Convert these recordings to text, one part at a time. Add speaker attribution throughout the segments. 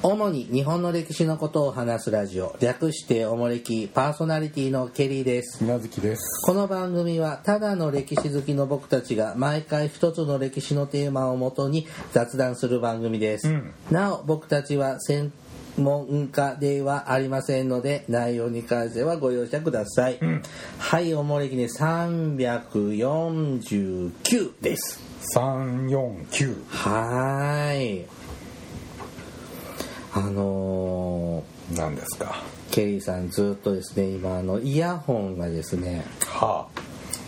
Speaker 1: 主に日本の歴史のことを話すラジオ略しておもれきパーソナリティのケリーです
Speaker 2: 水無月です。
Speaker 1: この番組はただの歴史好きの僕たちが毎回一つの歴史のテーマをもとに雑談する番組です、
Speaker 2: うん
Speaker 1: なお僕たちは専門家ではありませんので内容に関してはご容赦ください、
Speaker 2: ん
Speaker 1: はいおもれきね349です
Speaker 2: 三四九。
Speaker 1: はーいあの
Speaker 2: なんですか。
Speaker 1: ーケリーさんずっとですね今あのイヤホンがですね
Speaker 2: は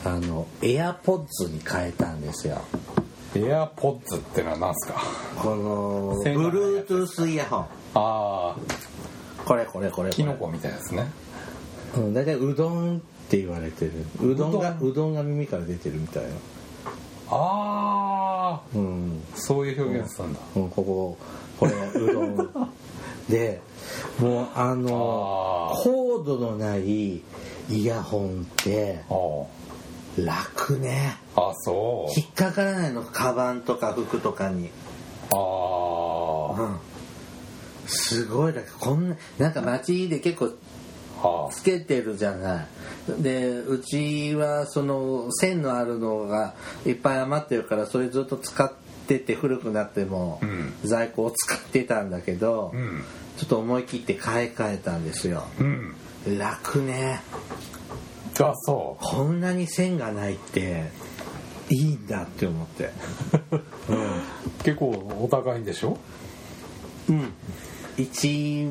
Speaker 2: あ。
Speaker 1: あのエアポッズに変えたんですよ
Speaker 2: エアポッツってのはなんすか。
Speaker 1: この
Speaker 2: セガのやつ
Speaker 1: Bluetooth イヤホン
Speaker 2: ああ、
Speaker 1: これこれこれ
Speaker 2: キ
Speaker 1: こ
Speaker 2: ノコみたいですね。
Speaker 1: れ、うん、大体うどんって言われてるうどんが
Speaker 2: うど
Speaker 1: うどんが耳から出てるみたいな
Speaker 2: ああ、
Speaker 1: うん
Speaker 2: そういう表現したんだ。
Speaker 1: うんこここれうど んでもうあ
Speaker 2: あ
Speaker 1: の
Speaker 2: ー
Speaker 1: コードのないイヤホンって
Speaker 2: あ
Speaker 1: 楽ね
Speaker 2: あ、あそ
Speaker 1: 引っかからないのカバンとか服とかに
Speaker 2: う。あ
Speaker 1: うんすごいだからこんななんか街で結構
Speaker 2: あ、は
Speaker 1: つけてるじゃないでうちはその線のあるのがいっぱい余ってるからそれずっと使ってて古くなっても
Speaker 2: うん
Speaker 1: 在庫を使ってたんだけど、
Speaker 2: あ。うん。
Speaker 1: ちょっと思い切って買い替えたんですよ
Speaker 2: うん。
Speaker 1: 楽ね
Speaker 2: あ、そ
Speaker 1: こんなに線がないっていいんだって思 って
Speaker 2: う。結構お高いんでしょ。
Speaker 1: うん1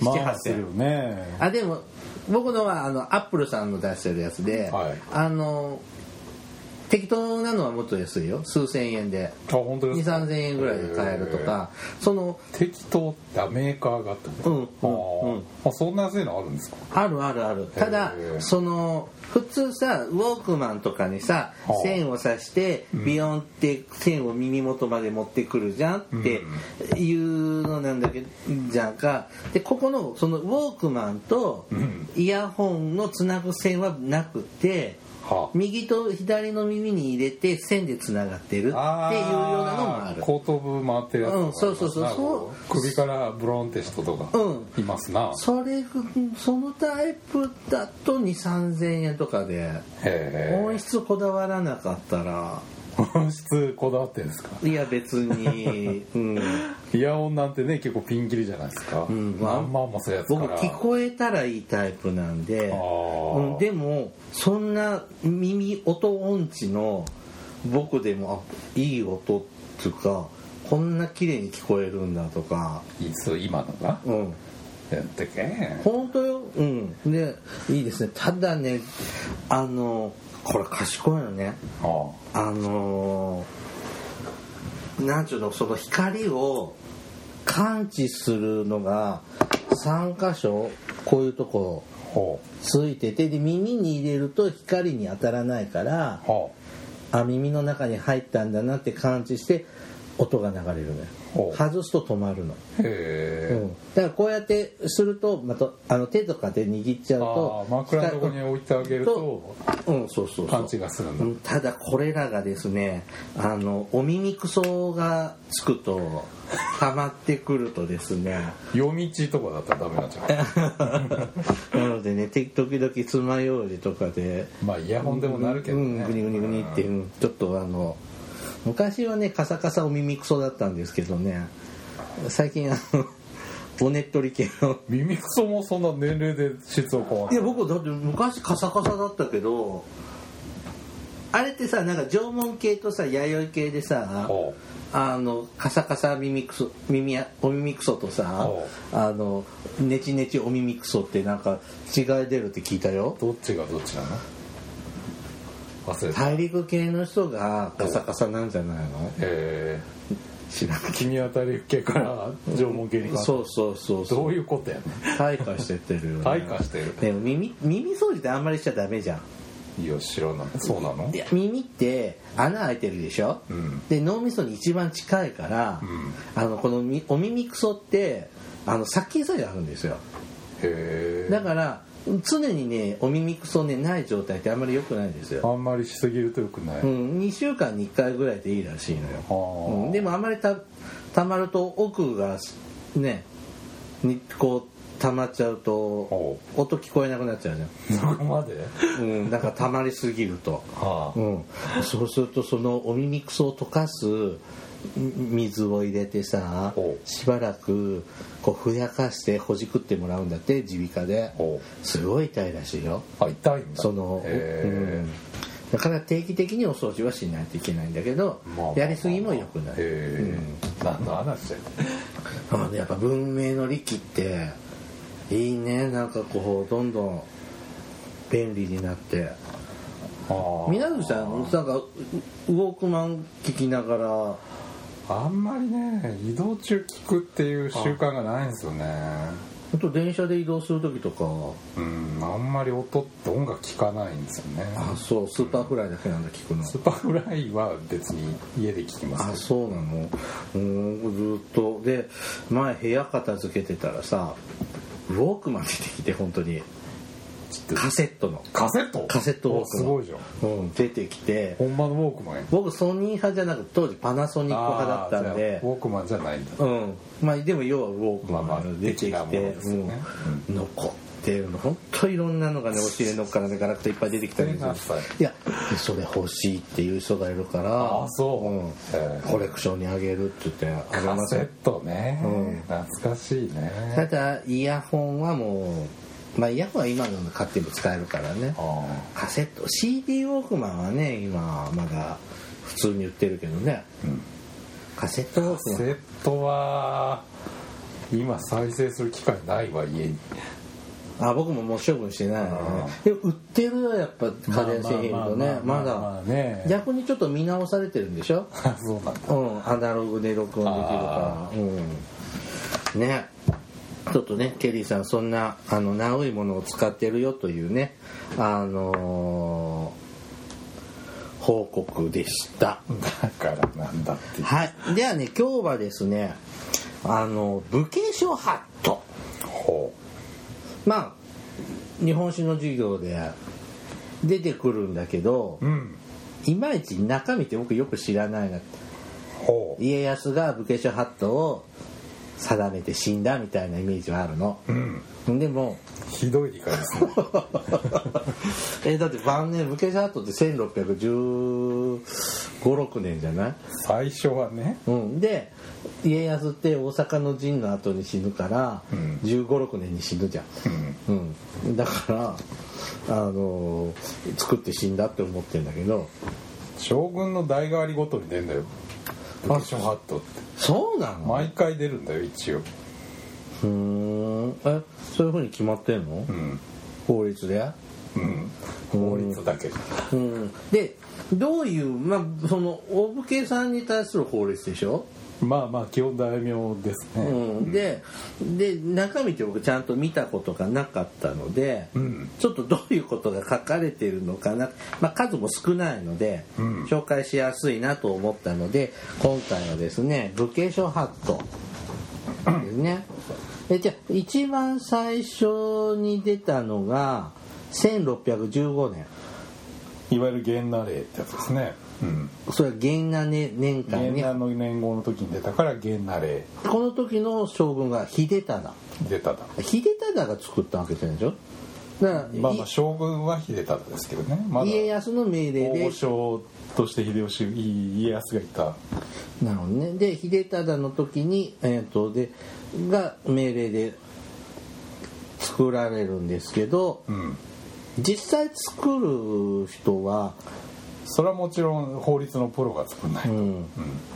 Speaker 1: 万
Speaker 2: まあするよね。
Speaker 1: あでも僕のはあのアップルさんの出してるやつで、
Speaker 2: はい
Speaker 1: あの適当なのはもっと安いよ数千円で
Speaker 2: あ、本当
Speaker 1: 2
Speaker 2: ですか。
Speaker 1: 3千円ぐらいで買えるとかその
Speaker 2: 適当ってあメーカーがってこ
Speaker 1: う
Speaker 2: と。
Speaker 1: んうんうん
Speaker 2: あーあ、そんな安いのあるんですか。
Speaker 1: あるあるあるただ
Speaker 2: へえ
Speaker 1: その普通さウォークマンとかにさ
Speaker 2: はあ
Speaker 1: 線を刺してビヨンって線を耳元まで持ってくるじゃんっていうのなんだけどじゃんかでここのそのウォークマンと
Speaker 2: ん
Speaker 1: イヤホンのつなぐ線はなくて
Speaker 2: はあ。
Speaker 1: 右と左の耳に入れて線でつながってるっていうよう
Speaker 2: あ
Speaker 1: なのもある
Speaker 2: 後頭部回ってるやつとか
Speaker 1: うんそうそうそう
Speaker 2: なんかこ首からブローンって人とか
Speaker 1: う
Speaker 2: いますな、
Speaker 1: それそのタイプだと2 3千円とかで
Speaker 2: へ
Speaker 1: 音質こだわらなかったら
Speaker 2: え音質こだわってんですか
Speaker 1: いや別 に、うん、
Speaker 2: イヤホンなんてね結構ピンキリじゃないですか、
Speaker 1: んまあ
Speaker 2: 何万もするやつか
Speaker 1: 僕
Speaker 2: ら
Speaker 1: 聞こえたらいいタイプなんで、
Speaker 2: あー
Speaker 1: うん、でもそんな耳音音痴の僕でもあいい音っていうかこんな綺麗に聞こえるんだとか、
Speaker 2: いつ今のが
Speaker 1: うん、
Speaker 2: やってけ
Speaker 1: 本当よ、うん、でいいですねただねあのこれ賢いのね
Speaker 2: ああ
Speaker 1: あのーなんちゅうのその光を感知するのが3箇所こういうとこ
Speaker 2: ほ
Speaker 1: ついててで耳に入れると光に当たらないから
Speaker 2: うほ
Speaker 1: あ耳の中に入ったんだなって感知して音が流れるの
Speaker 2: ほ
Speaker 1: よ
Speaker 2: う
Speaker 1: 外すと止まるの、
Speaker 2: うへ
Speaker 1: う
Speaker 2: え、
Speaker 1: ん、だからこうやってするとまたあの手とかで握っちゃう
Speaker 2: あ
Speaker 1: と
Speaker 2: あ枕のとこに置いてあげると
Speaker 1: うんそうそうそう
Speaker 2: パンチがするんだ、
Speaker 1: うんただこれらがですねあのお耳くそがつくと溜まってくるとです ね
Speaker 2: 夜道とかだったらダメなんじゃない
Speaker 1: なのでね時々爪楊枝とかで
Speaker 2: まあイヤホンでもなるけど
Speaker 1: う
Speaker 2: ね
Speaker 1: んグニグニグニって、うんちょっとあの昔はねカサカサお耳くそだったんですけどね最近あのボネットリ系の
Speaker 2: 耳くそもそんな年齢で質を変わ
Speaker 1: い
Speaker 2: る
Speaker 1: や僕だって昔カサカサだったけどあれってさなんか縄文系とさ弥生系でさ
Speaker 2: ほ
Speaker 1: あのカサカサ耳くそ耳やお耳くそとさ
Speaker 2: おう
Speaker 1: あのネチネチお耳くそってなんか違い出るって聞いたよ
Speaker 2: うどっちがどっちなの忘れたへ
Speaker 1: 大陸系の人がカサカサなんじゃないの
Speaker 2: え
Speaker 1: 知らんけ
Speaker 2: 君あたり系から縄文系に変
Speaker 1: ど
Speaker 2: わった
Speaker 1: そうそうそうそう
Speaker 2: どういうことやね
Speaker 1: 退化してってるよね
Speaker 2: 退化してる
Speaker 1: でも耳耳掃除ってあんまりしちゃダメじゃん
Speaker 2: んいや知らないそうなの
Speaker 1: いや耳って穴開いてるでしょ、
Speaker 2: うん
Speaker 1: で脳みそに一番近いから、
Speaker 2: うん
Speaker 1: あのこのみお耳くそってあの殺菌作用あるんですよ
Speaker 2: へ
Speaker 1: だ
Speaker 2: え
Speaker 1: から常にねお耳くそねない状態ってあんまり良くないんですよ、
Speaker 2: あんまりしすぎるとよくない、
Speaker 1: うん、2週間に1回ぐらいでいいらしいのよ、
Speaker 2: あー
Speaker 1: うんでもあんまりた溜まると奥がねにこう溜まっちゃうと
Speaker 2: お
Speaker 1: 音聞こえなくなっちゃうじゃん
Speaker 2: そこまで
Speaker 1: うん、なんか溜まりすぎると、
Speaker 2: はあ
Speaker 1: うん、そうするとそのお耳くそを溶かすん水を入れてさ
Speaker 2: おう
Speaker 1: しばらくこうふやかしてほじくってもらうんだって耳鼻科で
Speaker 2: おう
Speaker 1: すごい痛いらしいよ
Speaker 2: あ痛いんだ
Speaker 1: その、う
Speaker 2: へ
Speaker 1: ん、だから定期的にお掃除はしないといけないんだけど、
Speaker 2: え、まあまあ
Speaker 1: やりすぎも良くない、
Speaker 2: へえ、何の話だよ
Speaker 1: あのやっぱ文明の利器っていいねなんかこうどんどん便利になって。
Speaker 2: ああ
Speaker 1: 皆さんなんかウウォークマン聞きながら
Speaker 2: あんまりね移動中聞くっていう習慣がないんですよね
Speaker 1: あと電車で移動する時とか
Speaker 2: うんあんまり音って音楽聞かないんですよね
Speaker 1: あそうスーパーフライだけなんだ聞くの
Speaker 2: スーパーフライは別に家で聞きます
Speaker 1: あそうなのうんずっとで前部屋片付けてたらさウォークマン出てきて本当に
Speaker 2: ちょっと
Speaker 1: カセットの、
Speaker 2: カセット
Speaker 1: カセットウォークマン
Speaker 2: おすごいじゃん
Speaker 1: うん、出てきて
Speaker 2: 本場のウォークマンや
Speaker 1: 僕ソニー派じゃなく当時パナソニック派だったん
Speaker 2: あー
Speaker 1: で
Speaker 2: じゃあウォークマンじゃないんだ
Speaker 1: うんまあでも要はウォークマン
Speaker 2: まあ
Speaker 1: が
Speaker 2: まあ
Speaker 1: 出てきて、
Speaker 2: 的なものですよね
Speaker 1: うん残ってるの本当いろんなのがね押し入れのっからねガラクタいっぱい出てきたんですよ
Speaker 2: 捨てなさ
Speaker 1: いやそれ欲しいっていう人がいるから
Speaker 2: あそう
Speaker 1: うん
Speaker 2: へえ
Speaker 1: コレクションにあげるって言ってあげま
Speaker 2: カ
Speaker 1: す
Speaker 2: セットね、
Speaker 1: うん
Speaker 2: 懐かしい
Speaker 1: た
Speaker 2: ね
Speaker 1: だイヤホンはもうまあイヤホンは今の買っても使えるからね
Speaker 2: ああ
Speaker 1: カセット CD ウォークマンはね今まだ普通に売ってるけどね、
Speaker 2: うん
Speaker 1: カセットウォー
Speaker 2: カ
Speaker 1: クマン
Speaker 2: セットは今再生する機会ないわ家に
Speaker 1: あ僕ももう処分してないのね
Speaker 2: あ
Speaker 1: でも売ってるよやっぱ家電製品とね
Speaker 2: ま
Speaker 1: ま
Speaker 2: あまあまあまあま
Speaker 1: だ
Speaker 2: あね
Speaker 1: 逆にちょっと見直されてるんでし ょ
Speaker 2: そうなんだ
Speaker 1: うんアナログで録音できるからうんねちょっとねケリーさんそんなあのナウいものを使ってるよというねあのー報告でした
Speaker 2: だからなんだって
Speaker 1: はいではね今日はですねあの武家書ハット
Speaker 2: ほ
Speaker 1: まあ日本史の授業で出てくるんだけど
Speaker 2: ううん
Speaker 1: いまいち中身って僕よく知らないなって
Speaker 2: ほう
Speaker 1: 家康が武家諸法度を定めて死んだみたいなイメージはあるの
Speaker 2: うん
Speaker 1: でも
Speaker 2: ひどい理解ですね
Speaker 1: えだって晩年武家諸法度って161516年じゃない、
Speaker 2: 最初はね
Speaker 1: うん、で家康って大阪の陣の後に死ぬから
Speaker 2: うん
Speaker 1: 1 5六6年に死ぬじゃん
Speaker 2: うん
Speaker 1: うん、だから、あの作って死んだって思ってるんだけど
Speaker 2: 将軍の代替わりごとに出るんだよ武
Speaker 1: あ
Speaker 2: 家諸法度って
Speaker 1: そうなの
Speaker 2: 毎回出るんだよ一応
Speaker 1: ふーんえそういうふうに決まってんの、
Speaker 2: うん
Speaker 1: 法律で
Speaker 2: うん法律だけど
Speaker 1: うんでどういうまあそのお武家さんに対する法律でしょ、
Speaker 2: まあまあ基本大名です
Speaker 1: う
Speaker 2: ね
Speaker 1: ん、でで中身って僕ちゃんと見たことがなかったので、
Speaker 2: うん
Speaker 1: ちょっとどういうことが書かれているのかな、まあ、数も少ないので、
Speaker 2: うん
Speaker 1: 紹介しやすいなと思ったので今回はですね武家書ハットです ねえじゃあ一番最初に出たのが1615年
Speaker 2: いわゆる元那令ってやつですねうん
Speaker 1: それは元那年年間
Speaker 2: 元
Speaker 1: に
Speaker 2: 那の年号の時に出たから元那令
Speaker 1: この時の将軍が秀忠
Speaker 2: 出ただ
Speaker 1: 秀忠が作ったわけじゃないでしょだから、
Speaker 2: まあまあ将軍は秀忠ですけどねまだ
Speaker 1: 家康の命令で
Speaker 2: 王将として秀吉家康がいた
Speaker 1: なるほどねで秀忠の時に、えー、とでが命令で作られるんですけど
Speaker 2: うん
Speaker 1: 実際作る人は、
Speaker 2: それはもちろん法律のプロが作んないうと、
Speaker 1: ん、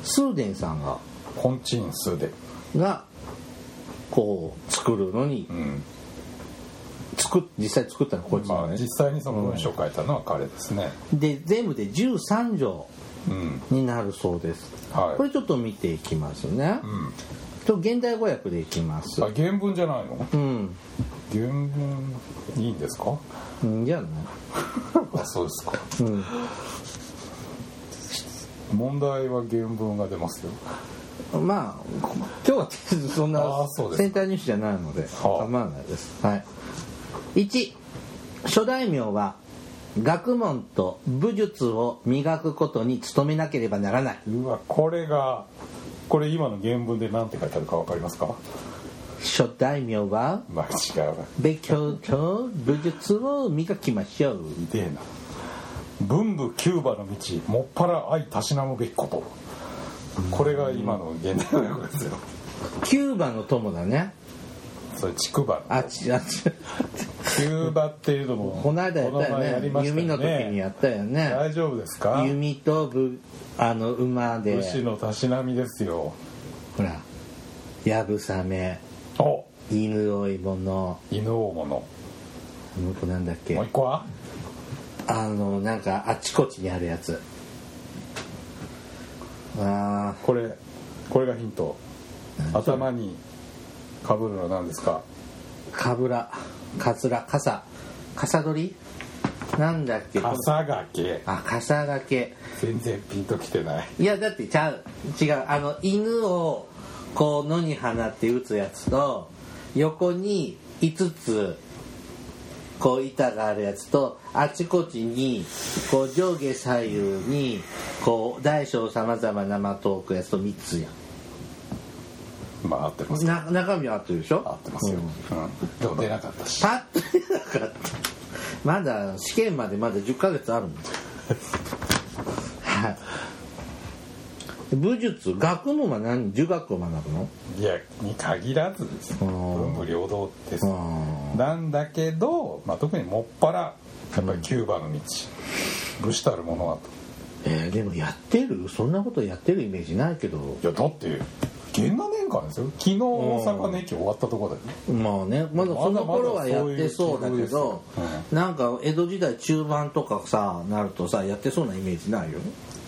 Speaker 1: スーデンさんが
Speaker 2: 本チン数で
Speaker 1: がこう作るのに
Speaker 2: うん
Speaker 1: 作っ実際作ったのはこいつ
Speaker 2: ま
Speaker 1: な
Speaker 2: あ
Speaker 1: んです
Speaker 2: 実際にその文章を書いたのは彼ですね
Speaker 1: で全部で13条
Speaker 2: うん
Speaker 1: になるそうです、
Speaker 2: はい
Speaker 1: これちょっと見ていきますね、
Speaker 2: うん
Speaker 1: と現代語訳でいきます
Speaker 2: あ原文じゃないの
Speaker 1: うん
Speaker 2: 原文いいんですか
Speaker 1: うんじゃあね
Speaker 2: あそうですか
Speaker 1: うん
Speaker 2: 問題は原文が出ますよ
Speaker 1: まあこ今日は そんな
Speaker 2: あーそうですか
Speaker 1: センターニュースじゃないので
Speaker 2: はあ
Speaker 1: 構わないです、はい、1諸大名は学問と武術を磨くことに努めなければならないう
Speaker 2: わこれがこれ今の原文で何て書いてあるか分かりますか
Speaker 1: 諸大名は
Speaker 2: まあ違うな
Speaker 1: 勉強と武術を磨きましょう
Speaker 2: ひでえな文武キューバの道もっぱら愛たしなむべきことこれが今の現代の訳ですよ
Speaker 1: キューバの友だね
Speaker 2: それ竹馬
Speaker 1: あちあち
Speaker 2: キューバっていうのも
Speaker 1: この間やった
Speaker 2: こ
Speaker 1: よ
Speaker 2: 前
Speaker 1: ね
Speaker 2: やりました
Speaker 1: 弓の時にやったよね
Speaker 2: 大丈夫ですか
Speaker 1: 弓とぶあの馬で
Speaker 2: 武士のたしなみですよ
Speaker 1: ほらやぶさめ
Speaker 2: お
Speaker 1: 犬追い物
Speaker 2: 犬大物も
Speaker 1: もう一個なんだっけ
Speaker 2: う一個は
Speaker 1: あのなんかあちこちにあるやつあ
Speaker 2: これこれがヒント頭にかぶるのは何ですか
Speaker 1: ーかぶらかつら傘傘取りなんだっけ
Speaker 2: 傘がけ
Speaker 1: あ傘がけ
Speaker 2: 全然ピンときてない
Speaker 1: いやだってちゃう違うあの犬をこう野に放って打つやつと横に5つこう板があるやつとあちこちにこう上下左右にこう大小さまざまな的を置くやつと3つや
Speaker 2: まあ合ってます
Speaker 1: んな中身は合ってるでしょ
Speaker 2: 合ってますよ、
Speaker 1: うん
Speaker 2: うんでも出なかったし
Speaker 1: パッと出なかったまだ試験までまだ10ヶ月あるんですはい武術学問は何儒学を学ぶの
Speaker 2: いやに限らずです
Speaker 1: うん
Speaker 2: 文武両道です
Speaker 1: うん
Speaker 2: なんだけど、まあ、特にもっぱらやっぱりキューバの道武士たるものは
Speaker 1: えーでもやってるそんなことやってるイメージないけど
Speaker 2: といやだって元和年間ですよ昨日大阪の駅終わったとこだよ
Speaker 1: まあねまだその頃はやってそうだけど
Speaker 2: まだまだそういう気分です
Speaker 1: なんか江戸時代中盤とかさなるとさやってそうなイメージないよ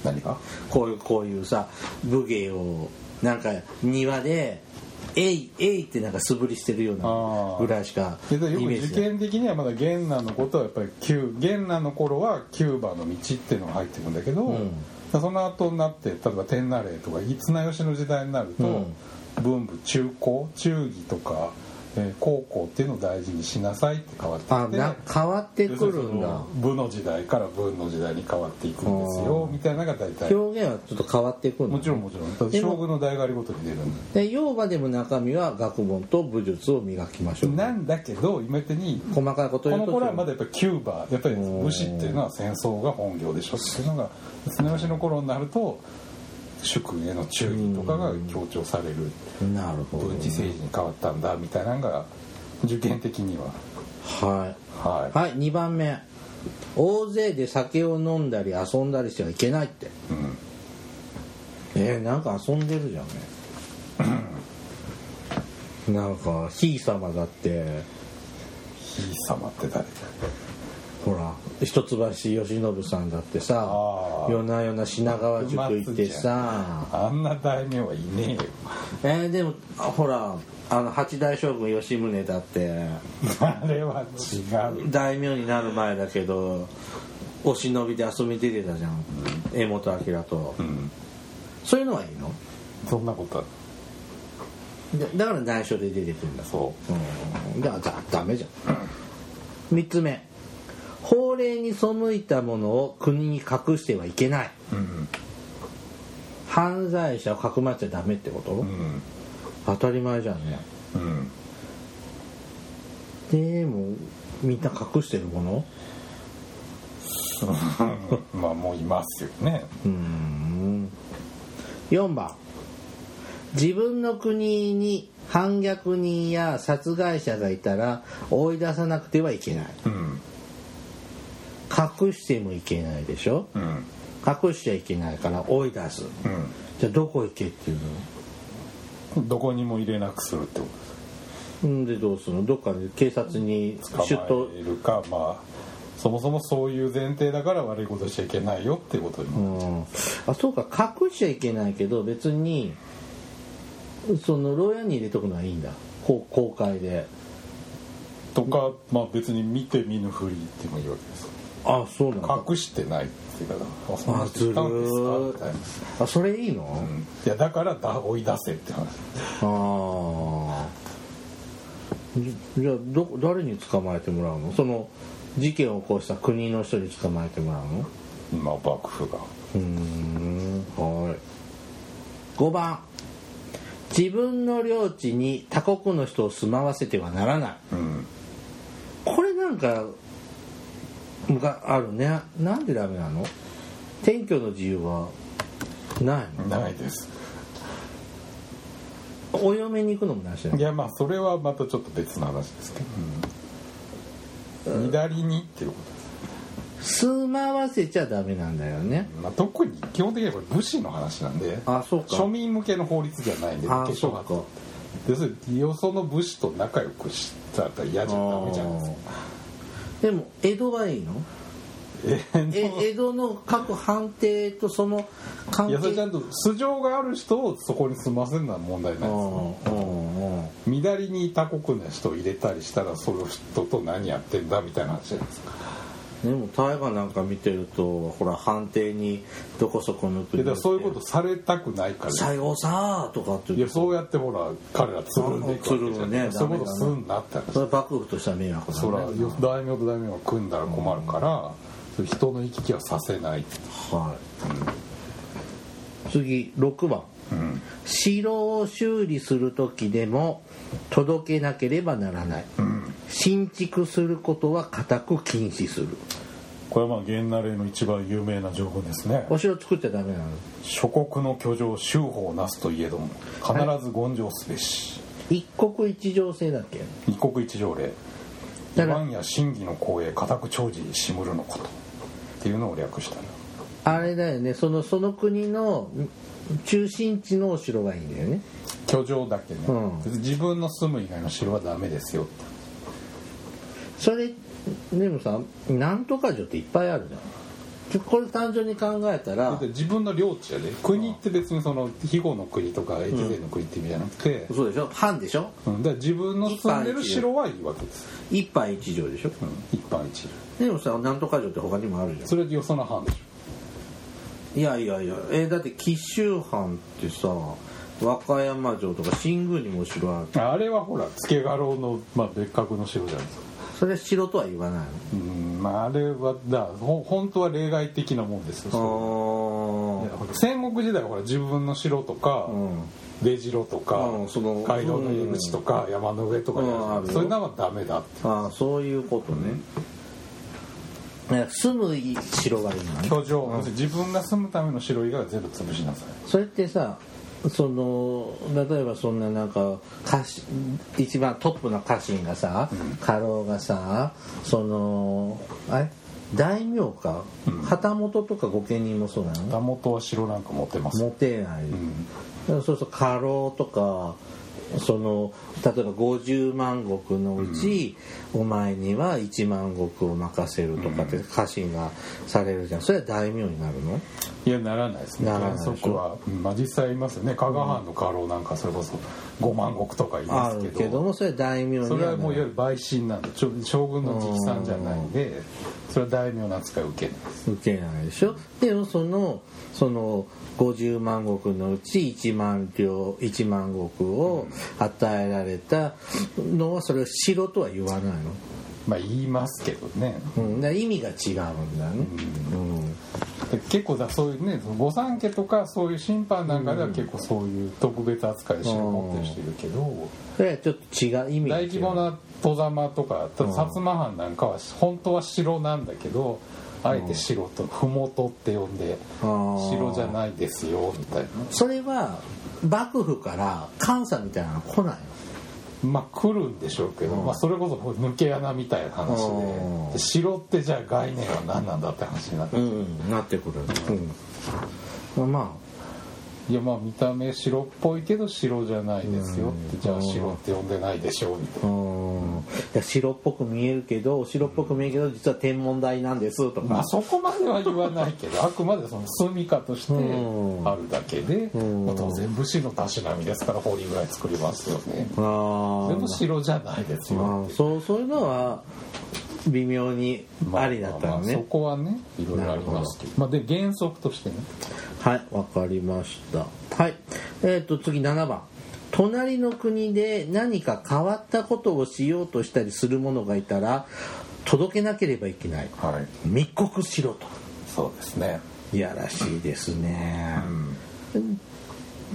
Speaker 2: 何が
Speaker 1: こういうこういうさ武芸をなんか庭で「えいえい」ってなんか素振りしてるよう
Speaker 2: あ
Speaker 1: な
Speaker 2: ー
Speaker 1: ぐらいしかイ
Speaker 2: けど
Speaker 1: メ
Speaker 2: よく
Speaker 1: ー
Speaker 2: 受
Speaker 1: ジない
Speaker 2: 験的にはまだ元南のことはやっぱりキュー元南の頃はキューバの道っていうのが入ってくんだけど、
Speaker 1: ん
Speaker 2: その後になって例えば天那令とか綱吉の時代になると、文武中高忠義とか、えー高校っていうのを大事にしなさいって変わって
Speaker 1: あ
Speaker 2: きて
Speaker 1: な変わって
Speaker 2: 要
Speaker 1: く
Speaker 2: する
Speaker 1: る
Speaker 2: にそ
Speaker 1: んだ
Speaker 2: の武の時代から文の時代に変わっていくんですよみたいなのが大体
Speaker 1: 表現はちょっと変わってくる
Speaker 2: もちろんもちろんただ将軍の代替わりごとに出るんだ
Speaker 1: で要はでも中身は学問と武術を磨きましょう
Speaker 2: なんだけど今言ったように
Speaker 1: 細かいこと
Speaker 2: こ
Speaker 1: 言う
Speaker 2: の
Speaker 1: と
Speaker 2: 頃はまだやっぱりキューバやっぱり武士っていうのは戦争が本業でしょっていうのが綱吉の頃になると祝への忠義とかが強調される
Speaker 1: なるほど
Speaker 2: 軍事政治に変わったんだみたいなのが受験的には
Speaker 1: はい
Speaker 2: はい、
Speaker 1: はい2番目大勢で酒を飲んだり遊んだりしてはいけないって
Speaker 2: うん、
Speaker 1: えー、なんか遊んでるじゃ んねなんかひいさまだって
Speaker 2: ひい様って誰だ
Speaker 1: ほら一橋慶喜さんだってさ
Speaker 2: あー
Speaker 1: 夜な夜な品川宿行ってさ
Speaker 2: あんな大名はいねえよ
Speaker 1: えー、でもあほらあの八代将軍吉宗だって
Speaker 2: あれは違う
Speaker 1: 大名になる前だけどお忍びで遊び出てたじゃん柄本明と
Speaker 2: うん
Speaker 1: そういうのはいいの
Speaker 2: そんなことは
Speaker 1: だだから内緒で出てくるんだ
Speaker 2: そ
Speaker 1: うんだからだダメじゃん3つ目法令に背いたものを国に隠してはいけないう
Speaker 2: うん
Speaker 1: 犯罪者をかくまっちゃダメってこと、
Speaker 2: うん
Speaker 1: 当たり前じゃんね
Speaker 2: うん
Speaker 1: でもみんな隠してるもの
Speaker 2: うんまあもういますよね
Speaker 1: うーん4番自分の国に反逆人や殺害者がいたら追い出さなくてはいけない
Speaker 2: うん
Speaker 1: 隠してもいけないでしょ
Speaker 2: うん
Speaker 1: 隠しちゃいけないから追い出す
Speaker 2: うん
Speaker 1: じゃあどこ行けっていう
Speaker 2: どこにも入れなくするってこ
Speaker 1: のんでどうするのどっかで警察に
Speaker 2: とです
Speaker 1: 出
Speaker 2: か
Speaker 1: 頭
Speaker 2: 捕まえるかまあそもそもそういう前提だから悪いことしちゃいけないよってことに
Speaker 1: う
Speaker 2: も
Speaker 1: んあそうか隠しちゃいけないけど別にその牢屋に入れとくのはいいんだこう公開で
Speaker 2: とかまあ別に見て見ぬふりってもいいわけです
Speaker 1: あそうなんだ
Speaker 2: 隠してないっていうかあそんな
Speaker 1: あ
Speaker 2: こ
Speaker 1: ずる
Speaker 2: としたんですかみたい
Speaker 1: ー
Speaker 2: な
Speaker 1: あそれいい
Speaker 2: うん
Speaker 1: の、
Speaker 2: いやだからだ追い出せって話
Speaker 1: ああじじゃあど誰に捕まえてもらうのその事件を起こした国の人に捕まえてもらうの
Speaker 2: まあ幕府が
Speaker 1: うーんはい5番自分の領地に他国の人を住まわせてはならない
Speaker 2: うん
Speaker 1: これなんかむかあるねなんでダメなの転居の自由はないの
Speaker 2: ないです
Speaker 1: お嫁に行くのもなしない
Speaker 2: やまあそれはまたちょっと別の話ですけど、うん、左にっていうことです、
Speaker 1: 住まわせちゃダメなんだよね
Speaker 2: まあ、特に基本的にはこれ武士の話なんで
Speaker 1: あそうか
Speaker 2: 庶民向けの法律じゃないんで
Speaker 1: あ
Speaker 2: 武家
Speaker 1: そう
Speaker 2: 諸
Speaker 1: か
Speaker 2: 法要するによその武士と仲良くしたら嫌じゃダメじゃないですか
Speaker 1: でも江戸はいいのえ
Speaker 2: え
Speaker 1: 江戸の各藩邸とその関係
Speaker 2: いやそれちゃんと素性がある人をそこに住ませるのは問題
Speaker 1: う
Speaker 2: ないです
Speaker 1: んうんうん
Speaker 2: 乱れに他国の人を入れたりしたらその人と何やってんだみたいな話じゃないですか
Speaker 1: でも大河なんか見てるとほら藩邸にどこそこの
Speaker 2: で
Speaker 1: 国
Speaker 2: だからそういうことされたくないから
Speaker 1: さようさーとかって
Speaker 2: い
Speaker 1: 言
Speaker 2: や
Speaker 1: って
Speaker 2: そうやってほら彼らつるんでいくわけじゃない
Speaker 1: つるむね
Speaker 2: そういうことすんなって話
Speaker 1: それは幕府としては迷惑だ
Speaker 2: そ
Speaker 1: ね
Speaker 2: ら大名と大名が組んだら困るから人の行き来はさせない
Speaker 1: はい、次6番
Speaker 2: うん
Speaker 1: 城を修理する時でも届けなければならない、新築することは固く禁止する
Speaker 2: これはまあ源那令の一番有名な条文ですね
Speaker 1: お城作っちゃダメなの
Speaker 2: 諸国の居城修法なすといえども必ず権上すべし、
Speaker 1: 一国一城制だっけ
Speaker 2: 一国一条例
Speaker 1: だから
Speaker 2: 万や真偽の公営固く長寿にしむるのことっていうのを略したの
Speaker 1: あれだよねそのその国の中心地のお城がいいんだよね
Speaker 2: 居城だけね、
Speaker 1: うん
Speaker 2: 自分の住む以外の城はダメですよって
Speaker 1: それでもさなんとか城っていっぱいあるじゃんちょこれ単純に考えた
Speaker 2: だ
Speaker 1: ら
Speaker 2: って自分の領地やで国って別にその肥後の国とか越前の国って意味じゃなくて、
Speaker 1: そうでしょ藩でしょ
Speaker 2: うんだから自分の住んでる城はいいわけです、
Speaker 1: 一藩一城でしょ
Speaker 2: うん、一般一流
Speaker 1: でもさなんとか城って他にもあるじゃん
Speaker 2: それでよその藩でし
Speaker 1: いやいやいや、えーだって紀州藩ってさ和歌山城とか新宮にもお城ある
Speaker 2: ょあれはほら助家老の、まあ、別格の城じゃないですか
Speaker 1: それ城とは言わない
Speaker 2: うんまああれはだほ本当は例外的なもんですよそ
Speaker 1: の
Speaker 2: ういやほら戦国時代はほら自分の城とか、
Speaker 1: あーうん
Speaker 2: 出城とか、
Speaker 1: うんその
Speaker 2: 街道の入り口とか、山の上とかやるじゃな
Speaker 1: う
Speaker 2: い
Speaker 1: んあるよ
Speaker 2: そういうのはダメだって
Speaker 1: あーそういうことね、ね住む城がいいのね
Speaker 2: 居城、自分が住むための城以外は全部潰しなさい
Speaker 1: それってさその例えばそんななんか家臣一番トップの家臣がさ家老がさそのあれ大名か旗本とか御家人もそうなの
Speaker 2: 旗本は城なんか持てます
Speaker 1: 持てない、そうそう過労とかその例えば50万石のうち、お前には1万石を任せるとかって家臣がされるじゃんそれは大名になるの
Speaker 2: いやならないですね
Speaker 1: ならないでしょ
Speaker 2: そこは、うんまあ、実際いますよね加賀藩の家老なんかそれこそ5万石とかいま
Speaker 1: あ
Speaker 2: すけ
Speaker 1: る
Speaker 2: ど
Speaker 1: けどもそれは大名に
Speaker 2: それは
Speaker 1: な
Speaker 2: もういわ
Speaker 1: る
Speaker 2: ゆる陪審なんでちょ将軍の直参じゃないんでそれは大名の扱いを受けない
Speaker 1: 受けないでしょでもそのその50万石のうち1万両1万石を与えられたのはそれを城とは言わないの
Speaker 2: まあ言いますけどね
Speaker 1: うん、だから意味が違うんだよね、うん
Speaker 2: で結構だそういうねその御三家とかそういう審判なんかでは結構そういう特別扱いしてる持ってる人いるけど、
Speaker 1: それはちょっと違う意味が違
Speaker 2: 大
Speaker 1: う
Speaker 2: 規模な外様とか薩摩藩なんかは本当は城なんだけどあえて城と麓って呼んで
Speaker 1: あー
Speaker 2: 城じゃないですよみたいな
Speaker 1: それは幕府から監査みたいなの来ない
Speaker 2: まあ来るんでしょうけど、まあ、それこそ抜け穴みたいな話
Speaker 1: うん
Speaker 2: でで城ってじゃあ概念は何なんだって話になって、
Speaker 1: の、うん、なってくる、うん、ま
Speaker 2: いやまあ見た目城っぽいけど城じゃないですよって、じゃあ城って呼んでないでしょうみたい
Speaker 1: あうんいや白っぽく見えるけど白っぽく見えるけど実は天文台なんですと
Speaker 2: な、ま
Speaker 1: か
Speaker 2: あ、、そこまでは言わないけ どあくまでその住処として
Speaker 1: うん
Speaker 2: あるだけで、
Speaker 1: ん
Speaker 2: まあ当然武士のたしなみですから堀ぐらい作りますよね、
Speaker 1: あ
Speaker 2: でも城じゃないです
Speaker 1: あ
Speaker 2: よ
Speaker 1: まあそうそういうのは微妙に
Speaker 2: ま
Speaker 1: ありだった
Speaker 2: ま
Speaker 1: の
Speaker 2: あまあ
Speaker 1: ね、
Speaker 2: そこはねいろいろありますけどまあで原則としてね
Speaker 1: はい、わかりました。はい。えっ、と、次7番。隣の国で何か変わったことをしようとしたりする者がいたら、届けなければいけない。
Speaker 2: はい
Speaker 1: 密告しろと。
Speaker 2: そうですね
Speaker 1: いやらしいですね。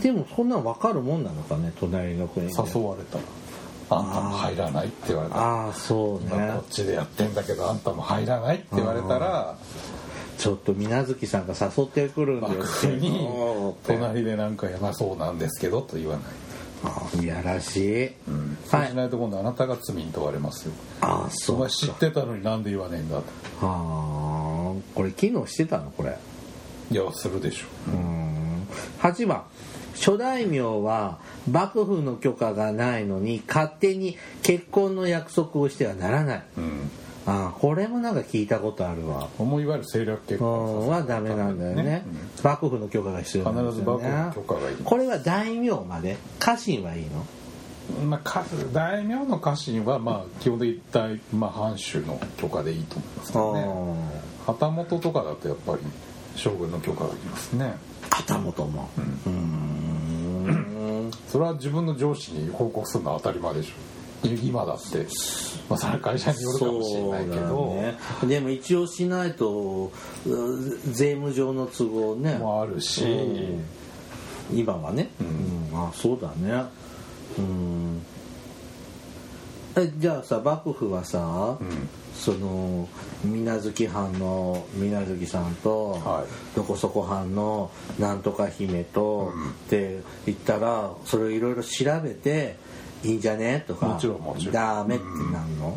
Speaker 1: でもそんなん分かるもんなのかね隣の国で
Speaker 2: 誘われたら「あんたも入らない」って言われた
Speaker 1: ああそう
Speaker 2: 今
Speaker 1: ね
Speaker 2: こっちでやってんだけどあんたも入らないって言われたら
Speaker 1: ちょっと水無月さんが誘ってくるんだよって
Speaker 2: 逆に
Speaker 1: おーって
Speaker 2: 隣でなんかやばそうなんですけどと言わない、
Speaker 1: あいやらしい、
Speaker 2: うん、そう
Speaker 1: は
Speaker 2: し
Speaker 1: い
Speaker 2: ないと今度あなたが罪に問われますよ
Speaker 1: ああ
Speaker 2: お
Speaker 1: そう
Speaker 2: 前知ってたのになんで言わねえんだと
Speaker 1: ああこれ機能してたのこれ
Speaker 2: いやするでしょ
Speaker 1: うーん8番諸大名は幕府の許可がないのに勝手に結婚の約束をしてはならない
Speaker 2: うん
Speaker 1: あーこれもなんか聞いたことあるわ
Speaker 2: もういわゆる政略結
Speaker 1: う
Speaker 2: 婚
Speaker 1: んはダメなんだよね幕府の許可が必要なんですよ、ね、
Speaker 2: 必ず幕府の許可がいる
Speaker 1: これは大名まで家臣はいいの
Speaker 2: まあ、か大名の家臣はまあ基本的に大、まあ、藩主の許可でいいと思いますけどね旗本とかだとやっぱり将軍の許可がいりますね
Speaker 1: 旗本もうーん
Speaker 2: それは自分の上司に報告するのは当たり前でしょい今だって、まあ、それは会社によるかもしれないけど、
Speaker 1: そうだねでも一応しないとう税務上の都合ね
Speaker 2: もあるし、
Speaker 1: うん今はね、うんあそうだねうんえじゃあさ幕府はさ、
Speaker 2: ん
Speaker 1: その水無月藩の水無月さんと、
Speaker 2: は
Speaker 1: どこそこ藩のなんとか姫と、って言ったらそれをいろいろ調べていいんじゃねとか
Speaker 2: もちろんもちろん
Speaker 1: ダメってなるの、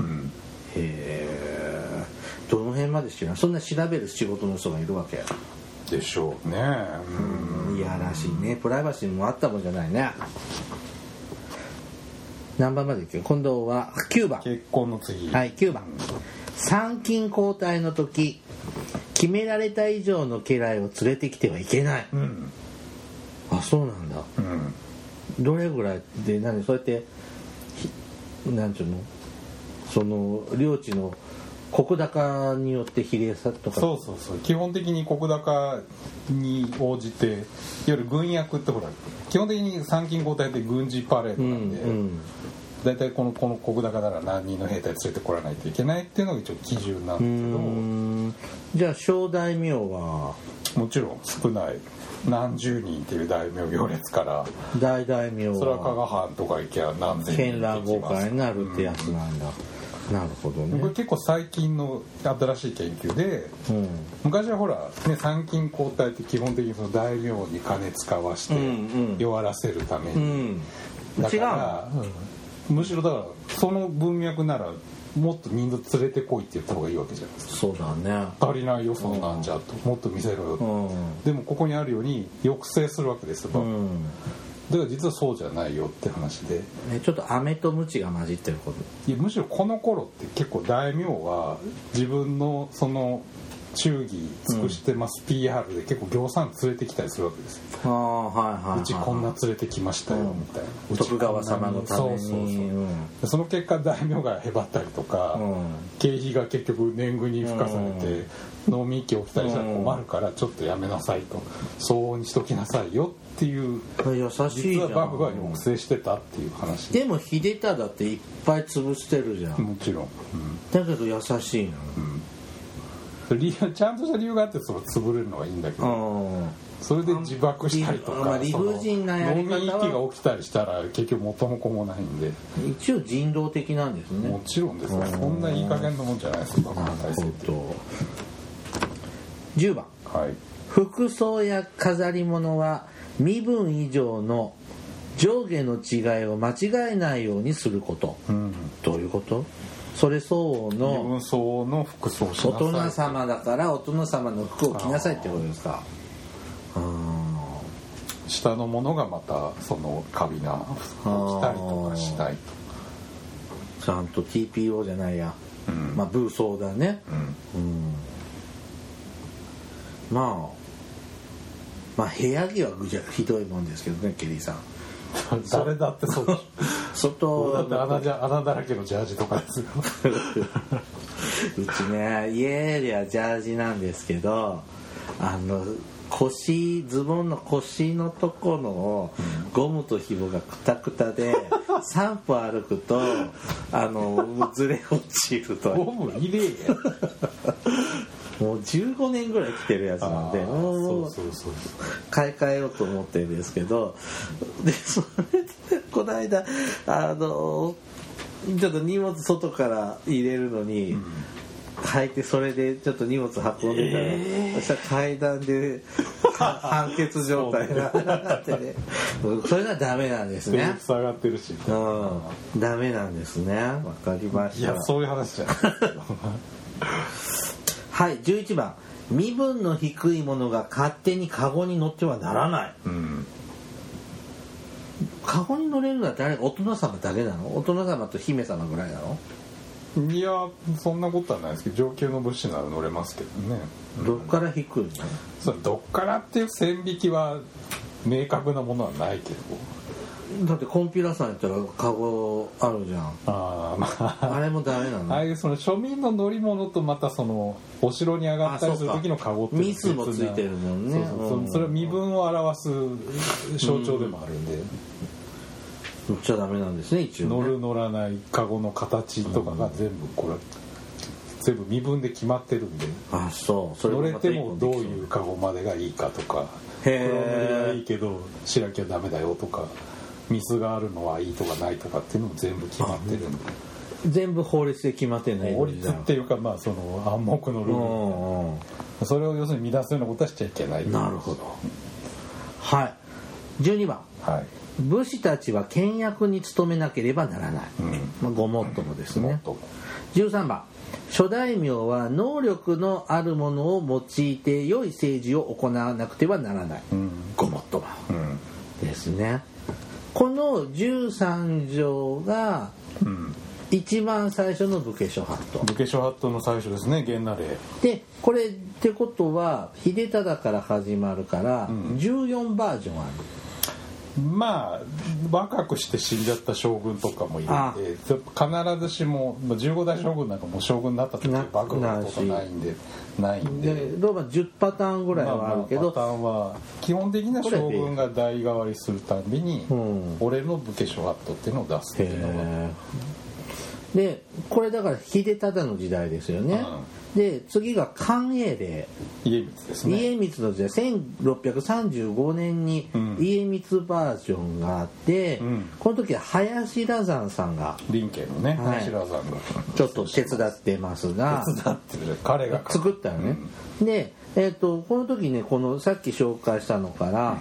Speaker 1: へえどの辺まで知らんそんな調べる仕事の人がいるわけ
Speaker 2: でしょうね、うん
Speaker 1: いやらしいねプライバシーもあったもんじゃないね何番までいくよ今度は9番
Speaker 2: 結婚の次、
Speaker 1: はい9番参勤交代の時決められた以上の家来を連れてきてはいけない
Speaker 2: うん
Speaker 1: あそうなんだ
Speaker 2: うん、
Speaker 1: どれぐらいで何そうやってひなんちゅうのその領地の石高によって比例さとか
Speaker 2: そうそうそう基本的に石高に応じていわゆる軍役ってほら基本的に参勤交代って軍事パレード
Speaker 1: う
Speaker 2: なんんで、
Speaker 1: うん
Speaker 2: 大体このこの石高なら何人の兵隊連れてこらないといけないっていうのが一応基準なん
Speaker 1: うー
Speaker 2: ですけど、
Speaker 1: んじゃあ小大名は
Speaker 2: もちろん少ない何十人っていう大名行列から
Speaker 1: 大大名は
Speaker 2: それは加賀藩とか行けば何千人
Speaker 1: 絢爛豪華になるってやつなんだ、なるほど
Speaker 2: これ
Speaker 1: ね
Speaker 2: 結構最近の新しい研究で
Speaker 1: うん
Speaker 2: 昔はほら、ね、参勤交代って基本的にその大名に金使わして
Speaker 1: うんうん
Speaker 2: 弱らせるために、
Speaker 1: うん
Speaker 2: だ
Speaker 1: 違う
Speaker 2: か
Speaker 1: の
Speaker 2: らうんむしろだからその文脈ならもっと人数連れてこいって言った方がいいわけじゃないですか
Speaker 1: そうだね
Speaker 2: 足りないよそんなんじゃと、もっと見せろよ
Speaker 1: う
Speaker 2: と、
Speaker 1: ん
Speaker 2: でもここにあるように抑制するわけですよ、
Speaker 1: うん
Speaker 2: だから実はそうじゃないよって話で
Speaker 1: ねちょっと飴とムチが混じってること
Speaker 2: いやむしろこの頃って結構大名は自分のその忠義尽くしてます、PR で結構行さん連れてきたりするわけですよ
Speaker 1: ああはいはい、はいう
Speaker 2: ちこんな連れてきましたよみたいな、うちこん
Speaker 1: 徳
Speaker 2: な
Speaker 1: 川様のために
Speaker 2: そうそうそう
Speaker 1: うん
Speaker 2: でその結果大名がへばったりとか、
Speaker 1: うん
Speaker 2: 経費が結局年貢に付加されて、農民期起きたりしたら困るからちょっとやめなさいと相応にしときなさいよっていう
Speaker 1: 優しいじ
Speaker 2: 実
Speaker 1: ゃ
Speaker 2: は
Speaker 1: ん
Speaker 2: 幕府は抑制してたっていう話
Speaker 1: でも秀忠だっていっぱい潰してるじゃん、
Speaker 2: もちろん、
Speaker 1: だけど優しいな
Speaker 2: うん理由ちゃんとした理由があってそれ潰れるのはいいんだけど、
Speaker 1: うん
Speaker 2: それで自爆したりと
Speaker 1: まあ
Speaker 2: か
Speaker 1: 理
Speaker 2: そ
Speaker 1: 不
Speaker 2: の
Speaker 1: 尽なやり
Speaker 2: 農
Speaker 1: 方は
Speaker 2: 民期が起きたりしたら結局元も子もないんで、
Speaker 1: 一応人道的なんですね
Speaker 2: もちろんですよそんないい加減なもんじゃないですよ幕府の体制って
Speaker 1: と10番
Speaker 2: はい
Speaker 1: 服装や飾り物は身分以上の上下の違いを間違えないようにすること、
Speaker 2: うん
Speaker 1: どういうことそれ相応
Speaker 2: 自
Speaker 1: の
Speaker 2: 分相応の服装をし
Speaker 1: 大人
Speaker 2: なさい
Speaker 1: 様だから大人様の服を着なさいってことですかうん
Speaker 2: 下のものがまたそのカビな服を着たりとかしないと
Speaker 1: ちゃんと TPO じゃないや、
Speaker 2: うん
Speaker 1: まあブーソーだね、
Speaker 2: うん
Speaker 1: うんまあまあ部屋着はぐじゃひどいもんですけどねケリーさん
Speaker 2: 誰だってそうでしょだ
Speaker 1: 外
Speaker 2: って穴じゃ穴だらけのジャージとかですよ
Speaker 1: うちね家ではジャージなんですけどあの腰ズボンの腰のところをゴムと紐がくたくた で3歩歩くとあのずれ落ちると
Speaker 2: ゴム入れえや
Speaker 1: もう15年ぐらい来てるやつなんで
Speaker 2: あー
Speaker 1: もう
Speaker 2: そうそうそう
Speaker 1: 買い替えようと思ってるんですけどでそれでこの間あのちょっと荷物外から入れるのに、履いてそれでちょっと荷物運んでたら、そしたら階段で か判決状態になってねそれがダメなんですね
Speaker 2: 全部塞がってるし
Speaker 1: うんダメなんですねわかりま
Speaker 2: い
Speaker 1: した
Speaker 2: やそういう話じゃない
Speaker 1: はい11番身分の低いものが勝手にカゴに乗ってはならない
Speaker 2: うん
Speaker 1: カゴに乗れるのは誰大人様だけなの大人様と姫様ぐらいなの
Speaker 2: いやそんなことはないですけど上級の武士なら乗れますけどね
Speaker 1: どっから引くの
Speaker 2: それどっからっていう線引きは明確なものはないけど
Speaker 1: だってコンピューラーさんやったらカゴあるじゃん
Speaker 2: ああまあ
Speaker 1: あれもダメな
Speaker 2: ああ
Speaker 1: の
Speaker 2: いうその庶民の乗り物とまたそのお城に上がったりする時のカゴって
Speaker 1: ミスもついてるもんね
Speaker 2: そうそう
Speaker 1: うん
Speaker 2: それは身分を表す象徴でもあるんで、
Speaker 1: 乗っちゃダメなんですね一応ね
Speaker 2: 乗る乗らないカゴの形とかが全部これ全部身分で決まってるんで
Speaker 1: あそうそれ
Speaker 2: 乗
Speaker 1: も
Speaker 2: れ
Speaker 1: ま
Speaker 2: て
Speaker 1: た一
Speaker 2: も
Speaker 1: 個
Speaker 2: ど
Speaker 1: で
Speaker 2: う
Speaker 1: きそう
Speaker 2: いうカゴまでがいいかとか黒
Speaker 1: へー
Speaker 2: 塗りはいいけど白木はダメだよとか水があるのはいいとかないとかっていうのも全部決まってるんで
Speaker 1: 全部法律で決まってないの
Speaker 2: 法
Speaker 1: に
Speaker 2: 律
Speaker 1: な
Speaker 2: っていうかまあその暗黙のル
Speaker 1: う
Speaker 2: ー
Speaker 1: んうん
Speaker 2: ルそれを要するに乱すようなことはしちゃいけない
Speaker 1: なるほどはい12番
Speaker 2: はい
Speaker 1: 武士たちは倹約に努めなければならない、まあ、ごもっともです
Speaker 2: も
Speaker 1: ね
Speaker 2: っとも
Speaker 1: 13番諸大名は能力のあるものを用いて良い政治を行わなくてはならない、
Speaker 2: うん
Speaker 1: ごもっとも
Speaker 2: うん
Speaker 1: ですねこの13条が
Speaker 2: うん
Speaker 1: 一番最初の武家諸法度
Speaker 2: 武家諸法度の最初ですね源那令
Speaker 1: でこれってことは秀忠から始まるから14バージョンある、
Speaker 2: まあ若くして死んじゃった将軍とかもいる
Speaker 1: あ
Speaker 2: んでちょっと必ずしもまあ15代将軍なんかもう将軍になった時
Speaker 1: な
Speaker 2: 幕府のことないんでないん
Speaker 1: で
Speaker 2: で。
Speaker 1: ローマ10パターンぐらい
Speaker 2: まあ
Speaker 1: はあるけ
Speaker 2: まあ
Speaker 1: ど、
Speaker 2: パターンは基本的には将軍が代替わりするたびに
Speaker 1: うん
Speaker 2: 俺の武家諸法度っていうのを出すっていうのが
Speaker 1: へーでこれだから秀忠の時代ですよね、で次が寛永令
Speaker 2: 家光ですね
Speaker 1: 家光の時代1635年に
Speaker 2: うん
Speaker 1: 家光バージョンがあって、
Speaker 2: うん
Speaker 1: この時は林羅山さんが
Speaker 2: 林家のね
Speaker 1: はい
Speaker 2: 白山が
Speaker 1: ちょっと手伝ってますが
Speaker 2: 手伝ってる彼が
Speaker 1: 作ったよね、で、えっとこの時ねこのさっき紹介したのから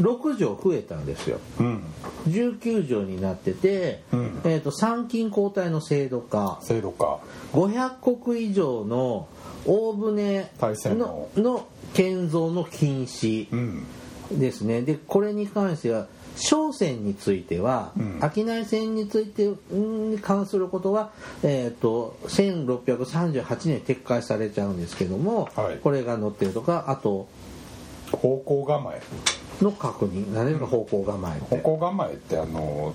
Speaker 1: 6条増えたんですよ
Speaker 2: うん
Speaker 1: 19条になってて、
Speaker 2: うん
Speaker 1: えっと参勤交代の制度化
Speaker 2: 制度化
Speaker 1: 500国以上の大船
Speaker 2: 対戦
Speaker 1: の
Speaker 2: の
Speaker 1: の建造の禁止
Speaker 2: うん
Speaker 1: ですねでこれに関しては商船については、
Speaker 2: うん
Speaker 1: 商い船についてうんに関することは、えー、と1638年撤回されちゃうんですけども、
Speaker 2: はい
Speaker 1: これが載ってるとかあと
Speaker 2: 方向構え
Speaker 1: の確認何が方向構えって、
Speaker 2: 方向構えってあの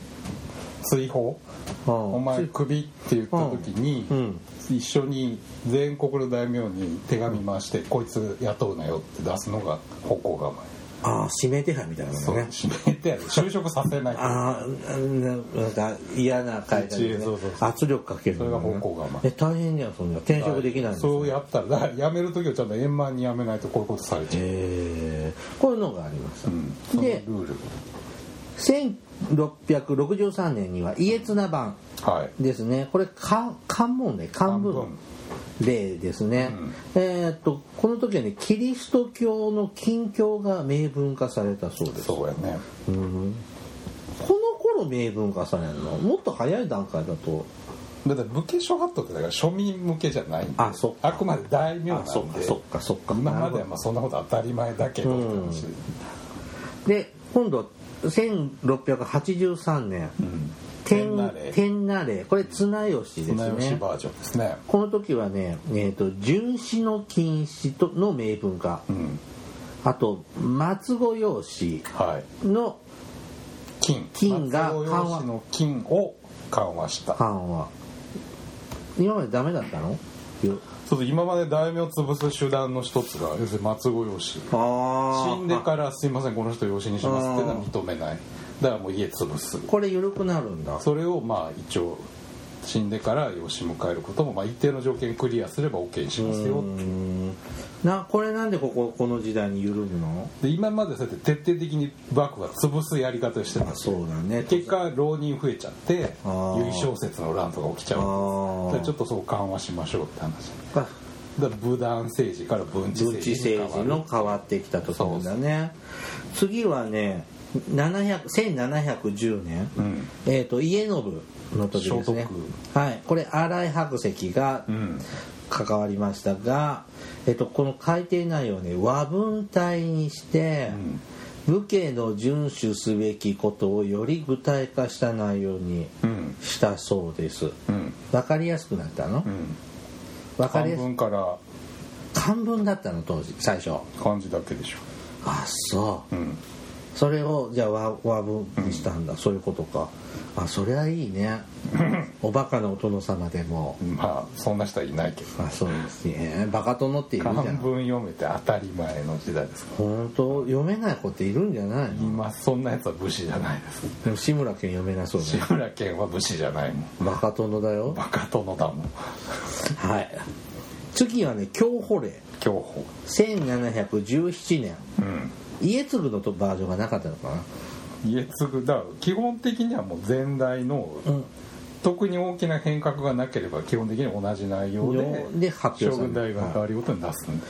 Speaker 2: 追放
Speaker 1: うん
Speaker 2: お前クビって言った時に、
Speaker 1: うんうん
Speaker 2: 一緒に全国の大名に手紙回して、こいつ雇うなよって出すのが方向構
Speaker 1: ああ指名手配みたいな
Speaker 2: え
Speaker 1: も
Speaker 2: そ
Speaker 1: の
Speaker 2: う
Speaker 1: ね
Speaker 2: 指名手当就職さ せない
Speaker 1: ああなんか嫌な会社で、ね
Speaker 2: そうそう、そう
Speaker 1: 圧力かける
Speaker 2: そ
Speaker 1: の
Speaker 2: れが
Speaker 1: ね
Speaker 2: 方向構
Speaker 1: え大変じゃんそんな転職できないん
Speaker 2: え
Speaker 1: ですよ
Speaker 2: そうやったらだから辞める時はちゃんと円満に辞めないとこういうことされちゃう、
Speaker 1: えーこういうのがあります、
Speaker 2: うん、そのル
Speaker 1: で
Speaker 2: ール
Speaker 1: 1663年には家綱版
Speaker 2: はい
Speaker 1: ですねこれ漢漢文ね漢文例ですね、えーっとこの時はねキリスト教の禁教が明文化されたそうですこ
Speaker 2: そうやね
Speaker 1: の頃明文化されるのもっと早い段階だと
Speaker 2: だって武家諸法度ってだから庶民向けじゃないんで
Speaker 1: あそっか
Speaker 2: あくまで大名なんで
Speaker 1: かそっか
Speaker 2: 今まではまあそんなこと当たり前だけどって話で、
Speaker 1: で今度1683年
Speaker 2: うん
Speaker 1: 天
Speaker 2: 天那令
Speaker 1: 天那令これ綱吉です
Speaker 2: 船吉
Speaker 1: ね
Speaker 2: バージョンですね
Speaker 1: この時はね、えー、と巡視の禁止との明文化
Speaker 2: うん
Speaker 1: あと松子用紙
Speaker 2: はい
Speaker 1: の
Speaker 2: 金
Speaker 1: 金が緩和
Speaker 2: 松尾用紙の金を緩和したそう
Speaker 1: 版は今までダメだったの
Speaker 2: そう今まで大名を潰す手段の一つが要するに松子養子
Speaker 1: あ
Speaker 2: 死んでから「すいませんこの人養子にします」っていうのは認めないだからもう家潰す
Speaker 1: これ緩くなるんだ
Speaker 2: それをまあ一応死んでから養子迎えることも、まあ、一定の条件クリアすれば OK にしますよっていう
Speaker 1: なこれなんでこここの時代に緩むの
Speaker 2: で今までそうやって徹底的に幕府は潰すやり方をしてたんですよ
Speaker 1: そうだね
Speaker 2: 結果浪人増えちゃって
Speaker 1: あー
Speaker 2: 由井小説の乱とか起きちゃうん
Speaker 1: あ
Speaker 2: で
Speaker 1: ー
Speaker 2: すでちょっとそう緩和しましょうって話
Speaker 1: あ
Speaker 2: だから武断政治から文治
Speaker 1: 文治
Speaker 2: 政治に
Speaker 1: 政治
Speaker 2: 変わる
Speaker 1: の変わってきたところだね次はね700 1710年、
Speaker 2: うん
Speaker 1: えー、と家信の時ですね
Speaker 2: 聖徳、
Speaker 1: はい、これ新井白石が
Speaker 2: うん
Speaker 1: 関わりましたが、えっと、この改定内容をね和文体にして、武家の遵守すべきことをより具体化した内容に
Speaker 2: うん
Speaker 1: したそうです
Speaker 2: うん
Speaker 1: わかりやすくなったの
Speaker 2: うん
Speaker 1: わかり
Speaker 2: 漢
Speaker 1: やす
Speaker 2: 文から
Speaker 1: 漢文だったの当時最初
Speaker 2: 漢字だけでしょ
Speaker 1: あそう
Speaker 2: うん
Speaker 1: それをじゃあ和和文にしたんだ、そういうことかあそりゃいいねおバカなお殿様でも
Speaker 2: まあそんな人はいないけど
Speaker 1: あそうですねバカ殿っているじゃ
Speaker 2: 漢
Speaker 1: ん
Speaker 2: 文読めて当たり前の時代ですか
Speaker 1: 本当読めない子っているんじゃない
Speaker 2: ら
Speaker 1: の
Speaker 2: 今そんなやつは武士じゃないです
Speaker 1: でも志村けん読めなそう
Speaker 2: 志
Speaker 1: ね
Speaker 2: 村けんは武士じゃないもん
Speaker 1: バカ殿だよ
Speaker 2: バカ殿だもん
Speaker 1: はい次はね享保令
Speaker 2: 競歩
Speaker 1: 1717年
Speaker 2: うん
Speaker 1: 家継のとバージョンがなかったのかな
Speaker 2: 家継だ基本的にはもう前代の、
Speaker 1: うん
Speaker 2: 特に大きな変革がなければ基本的に同じ内容で
Speaker 1: で発表される
Speaker 2: 将軍代が変わりごとに出すんだ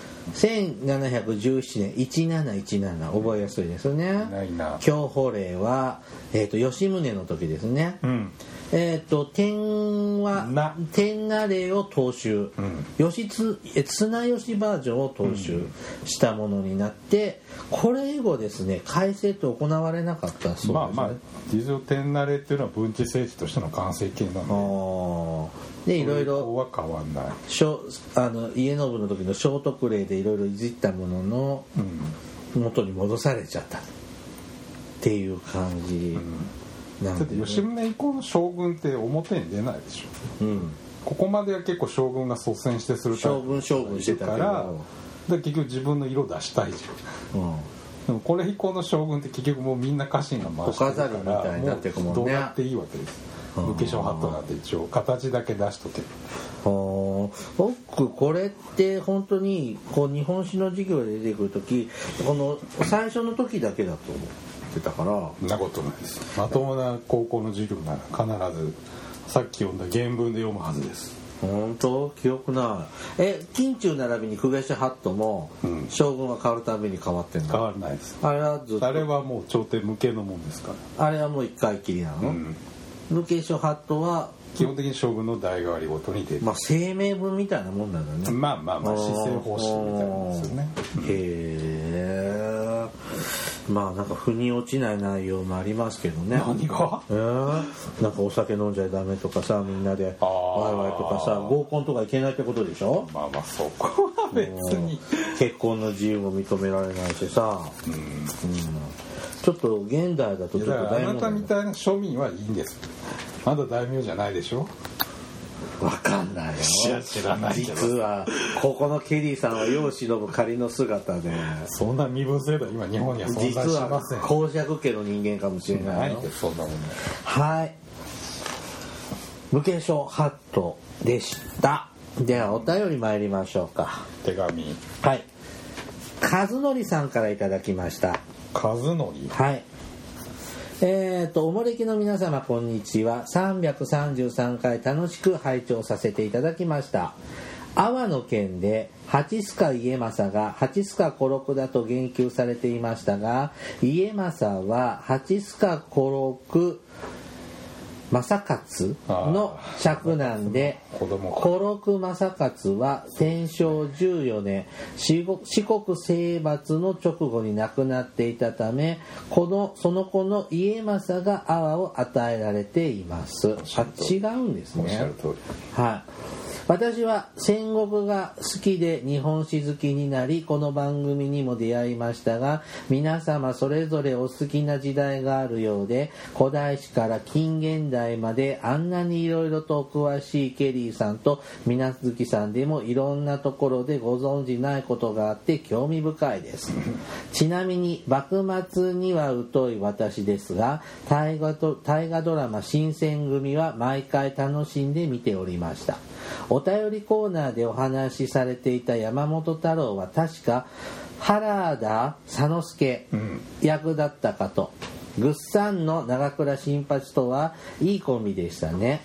Speaker 1: 1717年1717覚えやすいです
Speaker 2: な
Speaker 1: ね
Speaker 2: いな
Speaker 1: 享保令は、えー、と吉宗の時ですね、
Speaker 2: うん
Speaker 1: えっ、と天は
Speaker 2: な
Speaker 1: 天下令を踏襲、吉つえ綱吉バージョンを踏襲したものになってこれ以後ですね改正って行われなかったそうですね、
Speaker 2: まあまあ事情天慣れっていうのは文治政治としての完成形な
Speaker 1: あ
Speaker 2: の
Speaker 1: ーで
Speaker 2: で
Speaker 1: いろいろ
Speaker 2: そこは変わんない
Speaker 1: しょあの家信の時の聖徳令でいろいろいじったものの
Speaker 2: うん
Speaker 1: 元に戻されちゃったっていう感じなん
Speaker 2: だっ
Speaker 1: で、
Speaker 2: て吉宗以降の将軍って表に出ないでしょ
Speaker 1: うん、
Speaker 2: ここまでは結構将軍が率先してするタイプ
Speaker 1: 将軍将軍してた
Speaker 2: か
Speaker 1: け
Speaker 2: ら
Speaker 1: ど、
Speaker 2: で結局自分の色出したいじゃん
Speaker 1: うん、
Speaker 2: でもこれ以降の将軍って結局もうみんな家臣が回してるか
Speaker 1: お飾
Speaker 2: ら
Speaker 1: りみたいになってくもんね
Speaker 2: うどうやっていいわけです
Speaker 1: うん
Speaker 2: 武家小ハットなんて一応形だけ出しとけば
Speaker 1: ほー僕これって本当にこう日本史の授業で出てくる時この最初の時だけだと思ってたから
Speaker 2: そんなことないですまともな高校の授業なら必ずさっき読んだ原文で読むはずです
Speaker 1: 本当記憶ないえ近中並びに久米氏ハットも
Speaker 2: うん
Speaker 1: 将軍が変わるたびに変わってん
Speaker 2: 変
Speaker 1: の、
Speaker 2: わらないです
Speaker 1: あれはずっ
Speaker 2: あ
Speaker 1: と
Speaker 2: れはもう朝廷向けのもんですから
Speaker 1: あれはもう一回きりなの、
Speaker 2: うん
Speaker 1: 武家諸ハットは、
Speaker 2: 基本的に将軍の代替わりごとに出る
Speaker 1: まあ、声明文みたいなもんなんだね
Speaker 2: まあまあまあ施政方針みたいなんですよね
Speaker 1: へえまあなんか腑に落ちない内容もありますけどね
Speaker 2: 何が
Speaker 1: えーなんかお酒飲んじゃダメとかさみんなで
Speaker 2: あー
Speaker 1: ワイワイとかさ合コンとかいけないってことでしょ
Speaker 2: まあまあそこは別に
Speaker 1: 結婚の自由も認められないしさ、
Speaker 2: うん
Speaker 1: うん、ちょっと現代だとちょっ
Speaker 2: い
Speaker 1: と
Speaker 2: やだから
Speaker 1: 大
Speaker 2: あな
Speaker 1: 問
Speaker 2: たみ
Speaker 1: 題
Speaker 2: たいな庶民はいいんですまだ大名じゃないでしょ
Speaker 1: わかんないよ
Speaker 2: いや 知らないけど
Speaker 1: 実はここのケリーさんは世を忍ぶ仮の姿で
Speaker 2: そんな身分制度は今日本には存在し
Speaker 1: 実
Speaker 2: ま
Speaker 1: は
Speaker 2: せん
Speaker 1: 公爵家の人間かもしれない
Speaker 2: ない
Speaker 1: よ
Speaker 2: ですそんなもんね
Speaker 1: はい無形症ハットでしたではお便り参りましょうか
Speaker 2: 手紙
Speaker 1: はい和則さんからいただきました
Speaker 2: 和則
Speaker 1: はい。えー、と、おもれきの皆様、こんにちは。333回楽しく拝聴させていただきました。阿波の件で、八須賀家政が八須賀五六だと言及されていましたが、家政は八須賀五六正勝の嫡男で
Speaker 2: あー子供
Speaker 1: 五六正勝は天正14年四国四国征伐の直後に亡くなっていたためこのその子の家政が阿波を与えられていますあ違うんです
Speaker 2: おっしゃ
Speaker 1: ね
Speaker 2: る通り
Speaker 1: はい私は戦国が好きで日本史好きになりこの番組にも出会いましたが皆様それぞれお好きな時代があるようで古代史から近現代まであんなにいろいろとお詳しいケリーさんと皆月さんでもいろんなところでご存じないことがあって興味深いですちなみに幕末には疎い私ですが大河と大河ドラマ「新選組」は毎回楽しんで見ておりましたお便りコーナーでお話しされていた山本太郎は確か原田佐之助役だったかと、ぐっさんの長倉新八とはいいコンビでしたね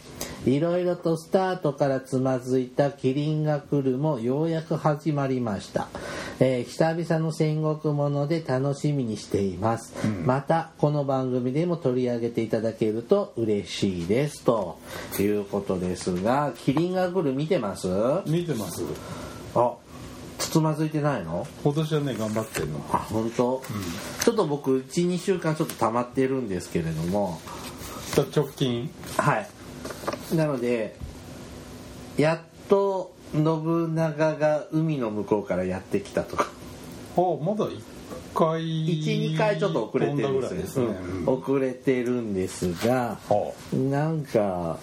Speaker 1: いろいろとスタートからつまずいた「キリンが来る」もようやく始まりました、えー久々の戦国もので楽しみにしています、またこの番組でも取り上げていただけると嬉しいですということですが「キリンが来る」見てますあ
Speaker 2: 見てます
Speaker 1: つつまずいてないの
Speaker 2: 今年はね頑張ってんの
Speaker 1: あ本当、ちょっと僕12週間ちょっと溜まってるんですけれども
Speaker 2: 直近
Speaker 1: はいなのでやっと信長が海の向こうからやってきたとか
Speaker 2: あまだ1回
Speaker 1: 12回ちょっと遅れてる
Speaker 2: 飛
Speaker 1: ん
Speaker 2: ん
Speaker 1: で
Speaker 2: だ
Speaker 1: す
Speaker 2: ぐ
Speaker 1: よ
Speaker 2: らいですね、
Speaker 1: うん遅れてるんですが
Speaker 2: は
Speaker 1: なんか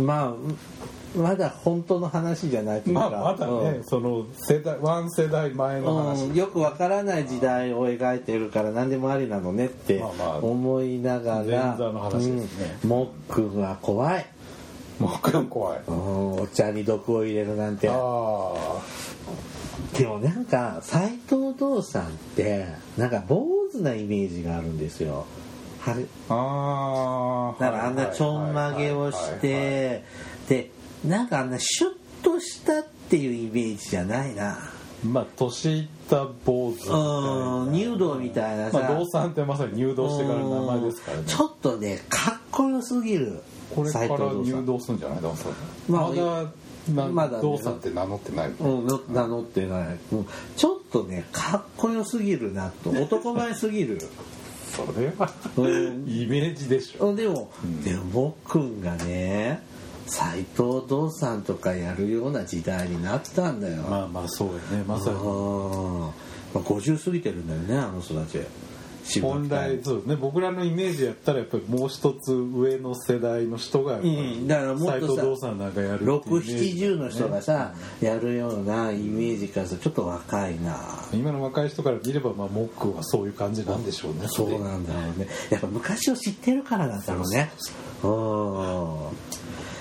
Speaker 1: まあまだ本当の話じゃないというか
Speaker 2: まあまだね、
Speaker 1: うん
Speaker 2: その世代ワン世代前の話、
Speaker 1: うん、よくわからない時代を描いてるから何でもありなのねって
Speaker 2: まあまあ
Speaker 1: 思いながら
Speaker 2: 前座の話ですね
Speaker 1: うんモックンは怖い
Speaker 2: もうが怖い
Speaker 1: うんお茶に毒を入れるなんて
Speaker 2: ああ
Speaker 1: でもなんか斎藤道さんってなんか坊主なイメージがあるんですよはれ
Speaker 2: ああ
Speaker 1: だからあんなちょんまげをしてでなんかあんなシュッとしたっていうイメージじゃないな
Speaker 2: まあ年いった坊主みたいな
Speaker 1: うん入道みたいなさ
Speaker 2: まあ道さんってまさに入道してからの名前ですからね
Speaker 1: うんちょっとねかっこよすぎる
Speaker 2: これか
Speaker 1: 斎
Speaker 2: ら
Speaker 1: 藤道さ
Speaker 2: 入
Speaker 1: ん
Speaker 2: 道するんじゃない道さん
Speaker 1: まあ
Speaker 2: まだな
Speaker 1: まだね
Speaker 2: 道さんって名乗ってない
Speaker 1: うんの名乗ってない、うんちょっとねかっこよすぎるなと男前すぎる
Speaker 2: それは
Speaker 1: うん
Speaker 2: イメージでしょ
Speaker 1: うんでも、でも僕んがね斎藤道さんとかやるような時代になったんだよ、
Speaker 2: まあまあそうよねまさ
Speaker 1: うん
Speaker 2: に
Speaker 1: まあ、50過ぎてるんだよねあの人たち渋谷
Speaker 2: 本来そうね僕らのイメージやったらやっぱりもう一つ上の世代の人がやっぱり
Speaker 1: うんだからもっとさ
Speaker 2: 斎藤道さんなんかやるっていうイメージ
Speaker 1: 670の人がさ、やるようなイメージからするとちょっと若いな
Speaker 2: 今の若い人から見ればまあモックはそういう感じなんでしょうね
Speaker 1: そうなんだろうねやっぱ昔を知ってるからなんだろうねう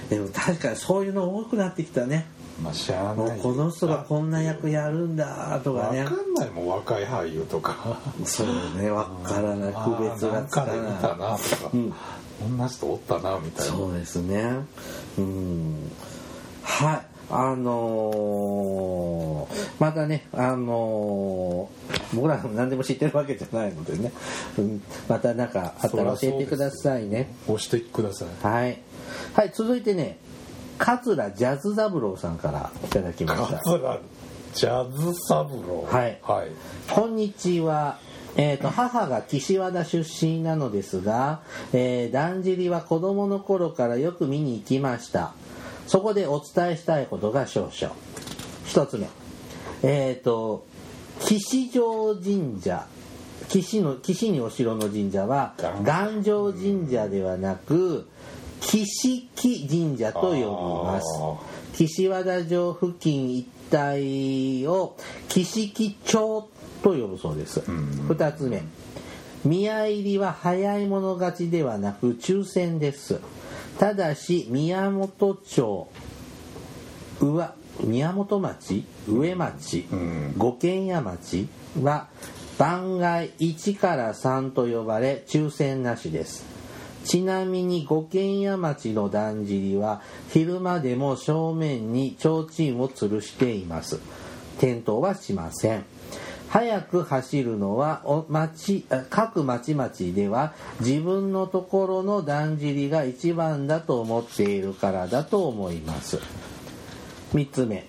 Speaker 1: んでも確かにそういうの多くなってきたね
Speaker 2: まあしゃあ
Speaker 1: も
Speaker 2: な
Speaker 1: う
Speaker 2: い
Speaker 1: この人がこんな役やるんだとか
Speaker 2: わ
Speaker 1: ね
Speaker 2: かんないもん若い俳優とか
Speaker 1: そうね分からない区別がつか
Speaker 2: あーんかで見た
Speaker 1: ない
Speaker 2: なとか、
Speaker 1: うん
Speaker 2: こんな人おったなみたいな
Speaker 1: そうですねうんはいあのーまたねあのー僕らも何でも知ってるわけじゃないのでね、うん、またなんかあったら教えてくださいね
Speaker 2: ご指摘ください
Speaker 1: はい、はい、続いてね桂ジャズ三郎さんからいただきました
Speaker 2: 桂ジャズサブロー
Speaker 1: はい
Speaker 2: はい、
Speaker 1: こんにちは。えー、と母が岸和田出身なのですが、えーだんじりは子供の頃からよく見に行きましたそこでお伝えしたいことが少々一つ目えっ、と岸上神社岸の岸にお城の神社は願上神社ではなく岸木神社と呼びます
Speaker 2: あー
Speaker 1: 岸和田城付近一帯を岸木町と呼ぶそうです、
Speaker 2: ん
Speaker 1: 2つ目宮入りは早い者勝ちではなく抽選ですただし宮本町上宮本町上町、
Speaker 2: ん
Speaker 1: 五軒屋町は番外1から3と呼ばれ抽選なしですちなみに五軒屋町のだんじりは昼間でも正面に提灯を吊るしています点灯はしません早く走るのはお町あ各町々では自分のところのだんじりが一番だと思っているからだと思います3つ目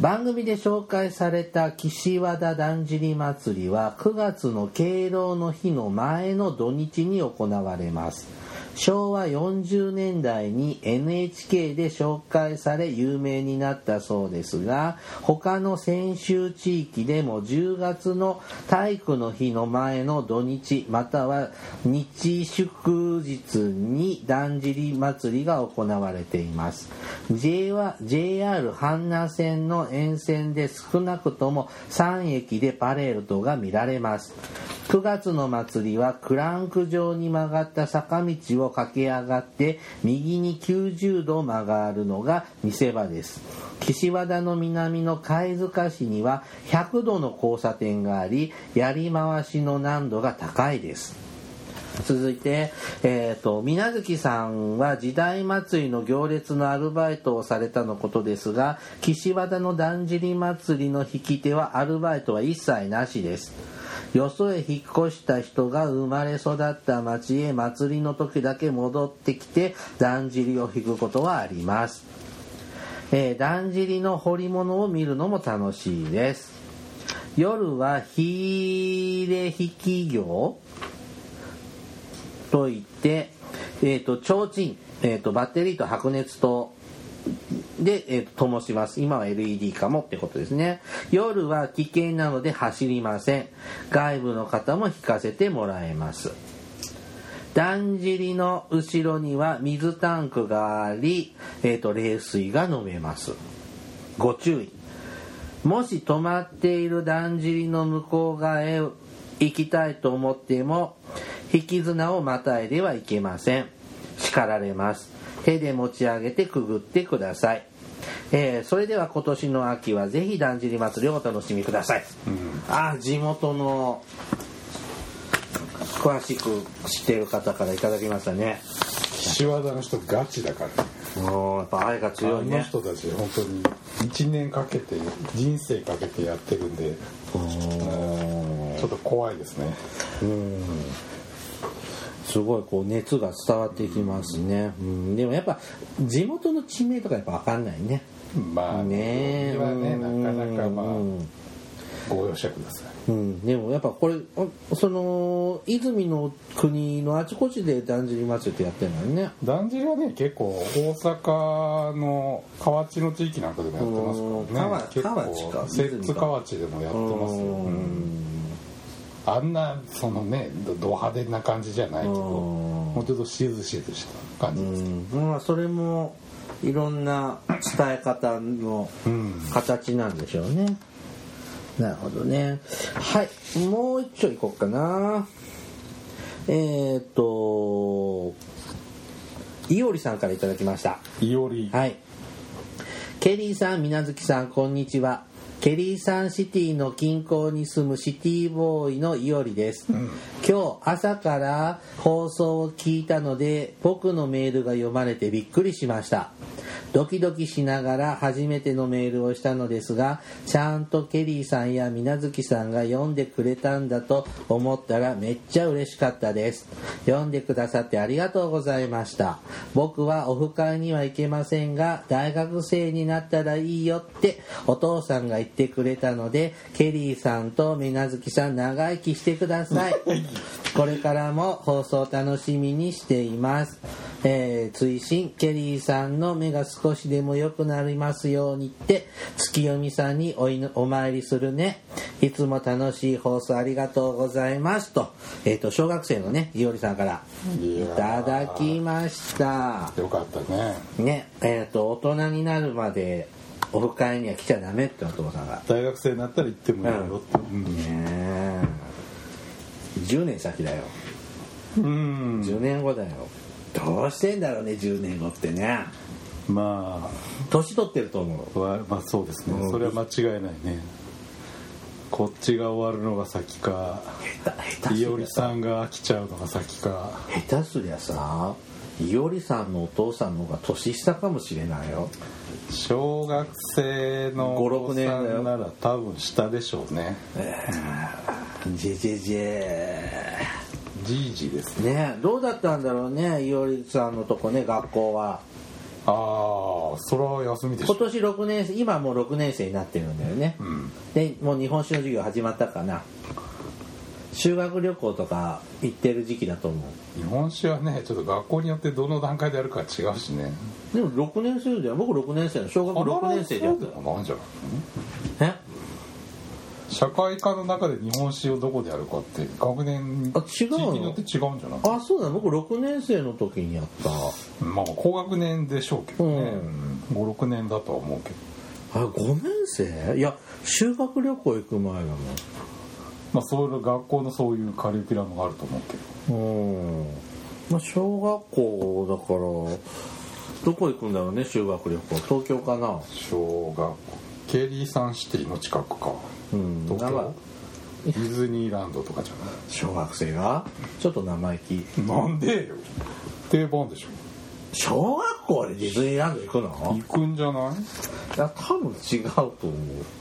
Speaker 1: 番組で紹介された岸和田だんじり祭りは9月の敬老の日の前の土日に行われます昭和40年代に NHK で紹介され有名になったそうですが他の先州地域でも10月の体育の日の前の土日または日祝日にだんじり祭りが行われています J は JR 阪南線の沿線で少なくとも3駅でパレードが見られます9月の祭りはクランク状に曲がった坂道を駆け上がって右に90度曲がるのが見せ場です岸和田の南の貝塚市には100度の交差点がありやり回しの難度が高いです続いて、えっ、と、水無月さんは時代祭りの行列のアルバイトをされたのことですが、岸和田のだんじり祭りの引き手はアルバイトは一切なしです。よそへ引っ越した人が生まれ育った町へ祭りの時だけ戻ってきて、だんじりを引くことはあります。えーだんじりの彫り物を見るのも楽しいです。夜は火入れ引き業といって、えっ、と、提灯、えっ、と、バッテリーと白熱灯で、えっ、と、灯します。今は LED かもってことですね。夜は危険なので走りません。外部の方も引かせてもらえます。だんじりの後ろには水タンクがあり、えっ、と、冷水が飲めます。ご注意。もし止まっているだんじりの向こう側へ行きたいと思っても引き綱をまたいではいけません叱られます手で持ち上げてくぐってください、えーそれでは今年の秋はぜひだんじり祭りをお楽しみください、あー地元の詳しく知っている方からいただきましたね
Speaker 2: 岸和田の人ガチだからね
Speaker 1: もうやっぱ愛が
Speaker 2: あ
Speaker 1: 強い
Speaker 2: の
Speaker 1: ね
Speaker 2: 人たち本当に1年かけて人生かけてやってるんでちょっと怖いですね
Speaker 1: すごいこう熱が伝わってきますね、うん、でもやっぱ地元の地名とかやっぱ分かんないね
Speaker 2: まあ
Speaker 1: ねえ
Speaker 2: これはねなかなかまあ
Speaker 1: うん
Speaker 2: ご容赦ください
Speaker 1: うん、でもやっぱこれおその泉の国のあちこちでだんじり祭りってやってるのよね
Speaker 2: だんじりはね結構大阪の河内の地域なんかでもやってますからね
Speaker 1: うん
Speaker 2: 結
Speaker 1: 河内か
Speaker 2: 構摂津河内でもやってますよ
Speaker 1: う
Speaker 2: うんあんなそのねどド派手な感じじゃないけど
Speaker 1: うん
Speaker 2: もうちょっとしずしずした感じですね
Speaker 1: うんまあそれもいろんな伝え方の
Speaker 2: うん
Speaker 1: 形なんでしょうねなるほどねはいもう一丁いこうかなえーっ、といおりさんからいただきました
Speaker 2: いおり
Speaker 1: はい。ケリーさん、みなずきさん、こんにちは。ケリーさんシティの近郊に住むシティボーイのいおりです。今日朝から放送を聞いたので、僕のメールが読まれてびっくりしました。ドキドキしながら初めてのメールをしたのですが、ちゃんとケリーさんやみなずきさんが読んでくれたんだと思ったらめっちゃ嬉しかったです。読んでくださってありがとうございました。僕はオフ会には行けませんが、大学生になったらいいよってお父さんが言ってくれたので、ケリーさんとみなずきさん長生きしてください。これからも放送楽しみにしています。えー追伸ケリーさんの目が少しでも良くなりますようにって月読みさんにお祈お参りするねいつも楽しい放送ありがとうございますと,、えー、と小学生のねいおりさんから
Speaker 2: い
Speaker 1: い
Speaker 2: やー
Speaker 1: ただきました
Speaker 2: よかったね
Speaker 1: ねえっ、と大人になるまでオフ会には来ちゃダメってお父さんが
Speaker 2: 大学生になったら行ってもいいよってうん
Speaker 1: ねえ10年先だよ
Speaker 2: うん
Speaker 1: 10年後だよどうしてんだろうね10年後ってね
Speaker 2: ま
Speaker 1: 年取ってると思う
Speaker 2: あわまあそうです
Speaker 1: う
Speaker 2: ね
Speaker 1: ん
Speaker 2: それは間違いないねこっちが終わるのが先か
Speaker 1: 下手下手
Speaker 2: いお
Speaker 1: すり
Speaker 2: り
Speaker 1: ゃさ
Speaker 2: さんが飽きちゃうのが先か
Speaker 1: 下手すりゃさいおりさんのお父さんの方が年下かもしれないよ
Speaker 2: 小学生の
Speaker 1: 5 6
Speaker 2: お子さんなら多分下でしょうね
Speaker 1: ジェジェジ
Speaker 2: じいじです
Speaker 1: ェねえどうだったんだろうねいおりさんのとこね学校は
Speaker 2: ああそれは休みでし
Speaker 1: 今
Speaker 2: ょ
Speaker 1: 年6年生今もう6年生になってるんだよね、
Speaker 2: ん
Speaker 1: でもう日本史の授業始まったかな修学旅行とか行ってる時期だと思
Speaker 2: 日本史はねちょっと学校によってどの段階でやるか違うしね
Speaker 1: うでも6年生じゃん僕6年生の小学6年生でやった
Speaker 2: あなんじゃない
Speaker 1: え
Speaker 2: 社会科の中で日本史をどこでやるかって学年
Speaker 1: あ違うの
Speaker 2: 地域によって違うんじゃない
Speaker 1: あそうだ僕6年生の時にやった
Speaker 2: まあ高学年でしょうけどね、56年だとは思うけど
Speaker 1: あ5年生いや修学旅行行く前だもん
Speaker 2: まあそういう学校のそういうカリキュラムがあると思うけど
Speaker 1: うんまあ小学校だからどこ行くんだろうね修学旅行東京かな
Speaker 2: 小学校ケリーサンシティの近くか、
Speaker 1: うん
Speaker 2: 東
Speaker 1: なんか
Speaker 2: 京ディズニーランドとかじゃ
Speaker 1: 小学生がちょっと生意気
Speaker 2: ないなんでよ定番でしょ
Speaker 1: 小学校でディズニーランド行くの
Speaker 2: 行くんじゃない
Speaker 1: いや多分違うと思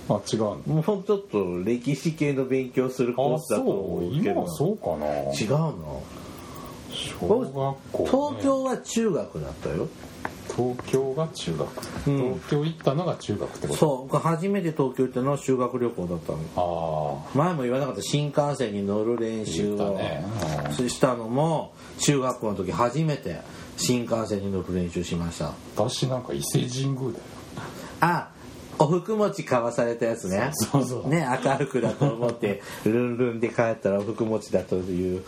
Speaker 2: あ違うの
Speaker 1: うもうちょっと歴史系の勉強するコー
Speaker 2: あ
Speaker 1: スだと
Speaker 2: そ
Speaker 1: 思
Speaker 2: う
Speaker 1: うけ
Speaker 2: 今
Speaker 1: ど
Speaker 2: はそうかな
Speaker 1: 違うの
Speaker 2: 小学校、ね、
Speaker 1: 東京は中学だったよ
Speaker 2: 東京が中学、
Speaker 1: うん
Speaker 2: 東京行ったのが中学ってこと
Speaker 1: そう僕初めて東京行ったのは修学旅行だったの
Speaker 2: ああ
Speaker 1: 前も言わなかった新幹線に乗る練習
Speaker 2: 言っ
Speaker 1: を
Speaker 2: たね
Speaker 1: したのも中学校の時初めて新幹線に乗る練習しました
Speaker 2: 私なんか伊勢神宮だよ
Speaker 1: あお福持ちかわされたやつね
Speaker 2: そうそうそう
Speaker 1: ね明るくだと思ってルンルンで帰ったらお福持ちだという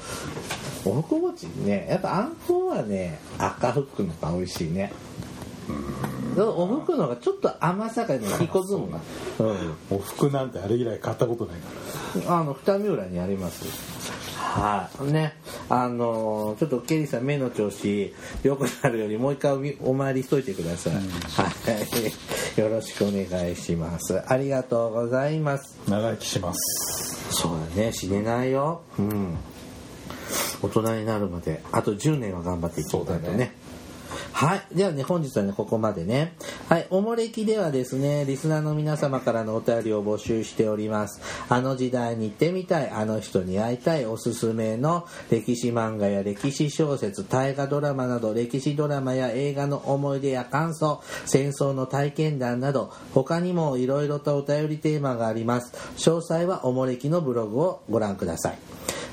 Speaker 1: お福持ちねやっぱあんこはね赤福のが美味しいねお福のがちょっと甘さがね引きこずむなうん
Speaker 2: お服なんてあれ以来買ったことないから
Speaker 1: あの二見浦にありますはいねあのーちょっとケリーさん目の調子良くなるようにもう一回お見お参りしといてください、はい よろしくお願いしますありがとうございます
Speaker 2: 長生きします
Speaker 1: そうだね死ねないようん大人になるまであと10年は頑張っていきたいと
Speaker 2: そうだ
Speaker 1: ね
Speaker 2: ね
Speaker 1: はい。ではね、本日はね、ここまでね。はい。おもれきではですね、リスナーの皆様からのお便りを募集しております。あの時代に行ってみたい、あの人に会いたい、おすすめの歴史漫画や歴史小説、大河ドラマなど、歴史ドラマや映画の思い出や感想、戦争の体験談など、他にもいろいろとお便りテーマがあります。詳細はおもれきのブログをご覧ください。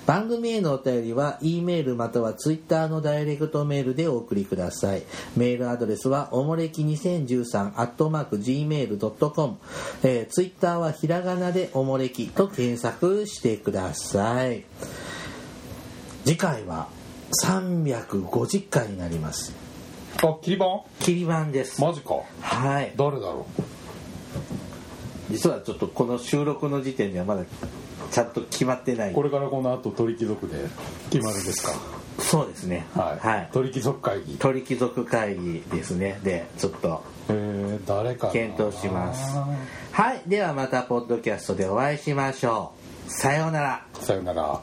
Speaker 1: 番組へのお便りは E メールまたは Twitter のダイレクトメールでお送りくださいメールアドレスはおもれき2013 gmail.com、えー、Twitter はひらがなでおもれきと検索してください次回は350回になります
Speaker 2: あ切り板
Speaker 1: 切り番です
Speaker 2: マジか
Speaker 1: はい
Speaker 2: 誰だろ
Speaker 1: 実はちょっとこの収録の時点ではまだちゃんと決まってな
Speaker 2: う
Speaker 1: い
Speaker 2: これからこの後鳥貴族で決まるんですか
Speaker 1: そうですね
Speaker 2: はい、
Speaker 1: はい、
Speaker 2: 鳥貴族会議
Speaker 1: 鳥貴族会議ですねでちょっと
Speaker 2: えー、誰かな
Speaker 1: 検討しますはいではまたポッドキャストでお会いしましょうさようなら
Speaker 2: さよなら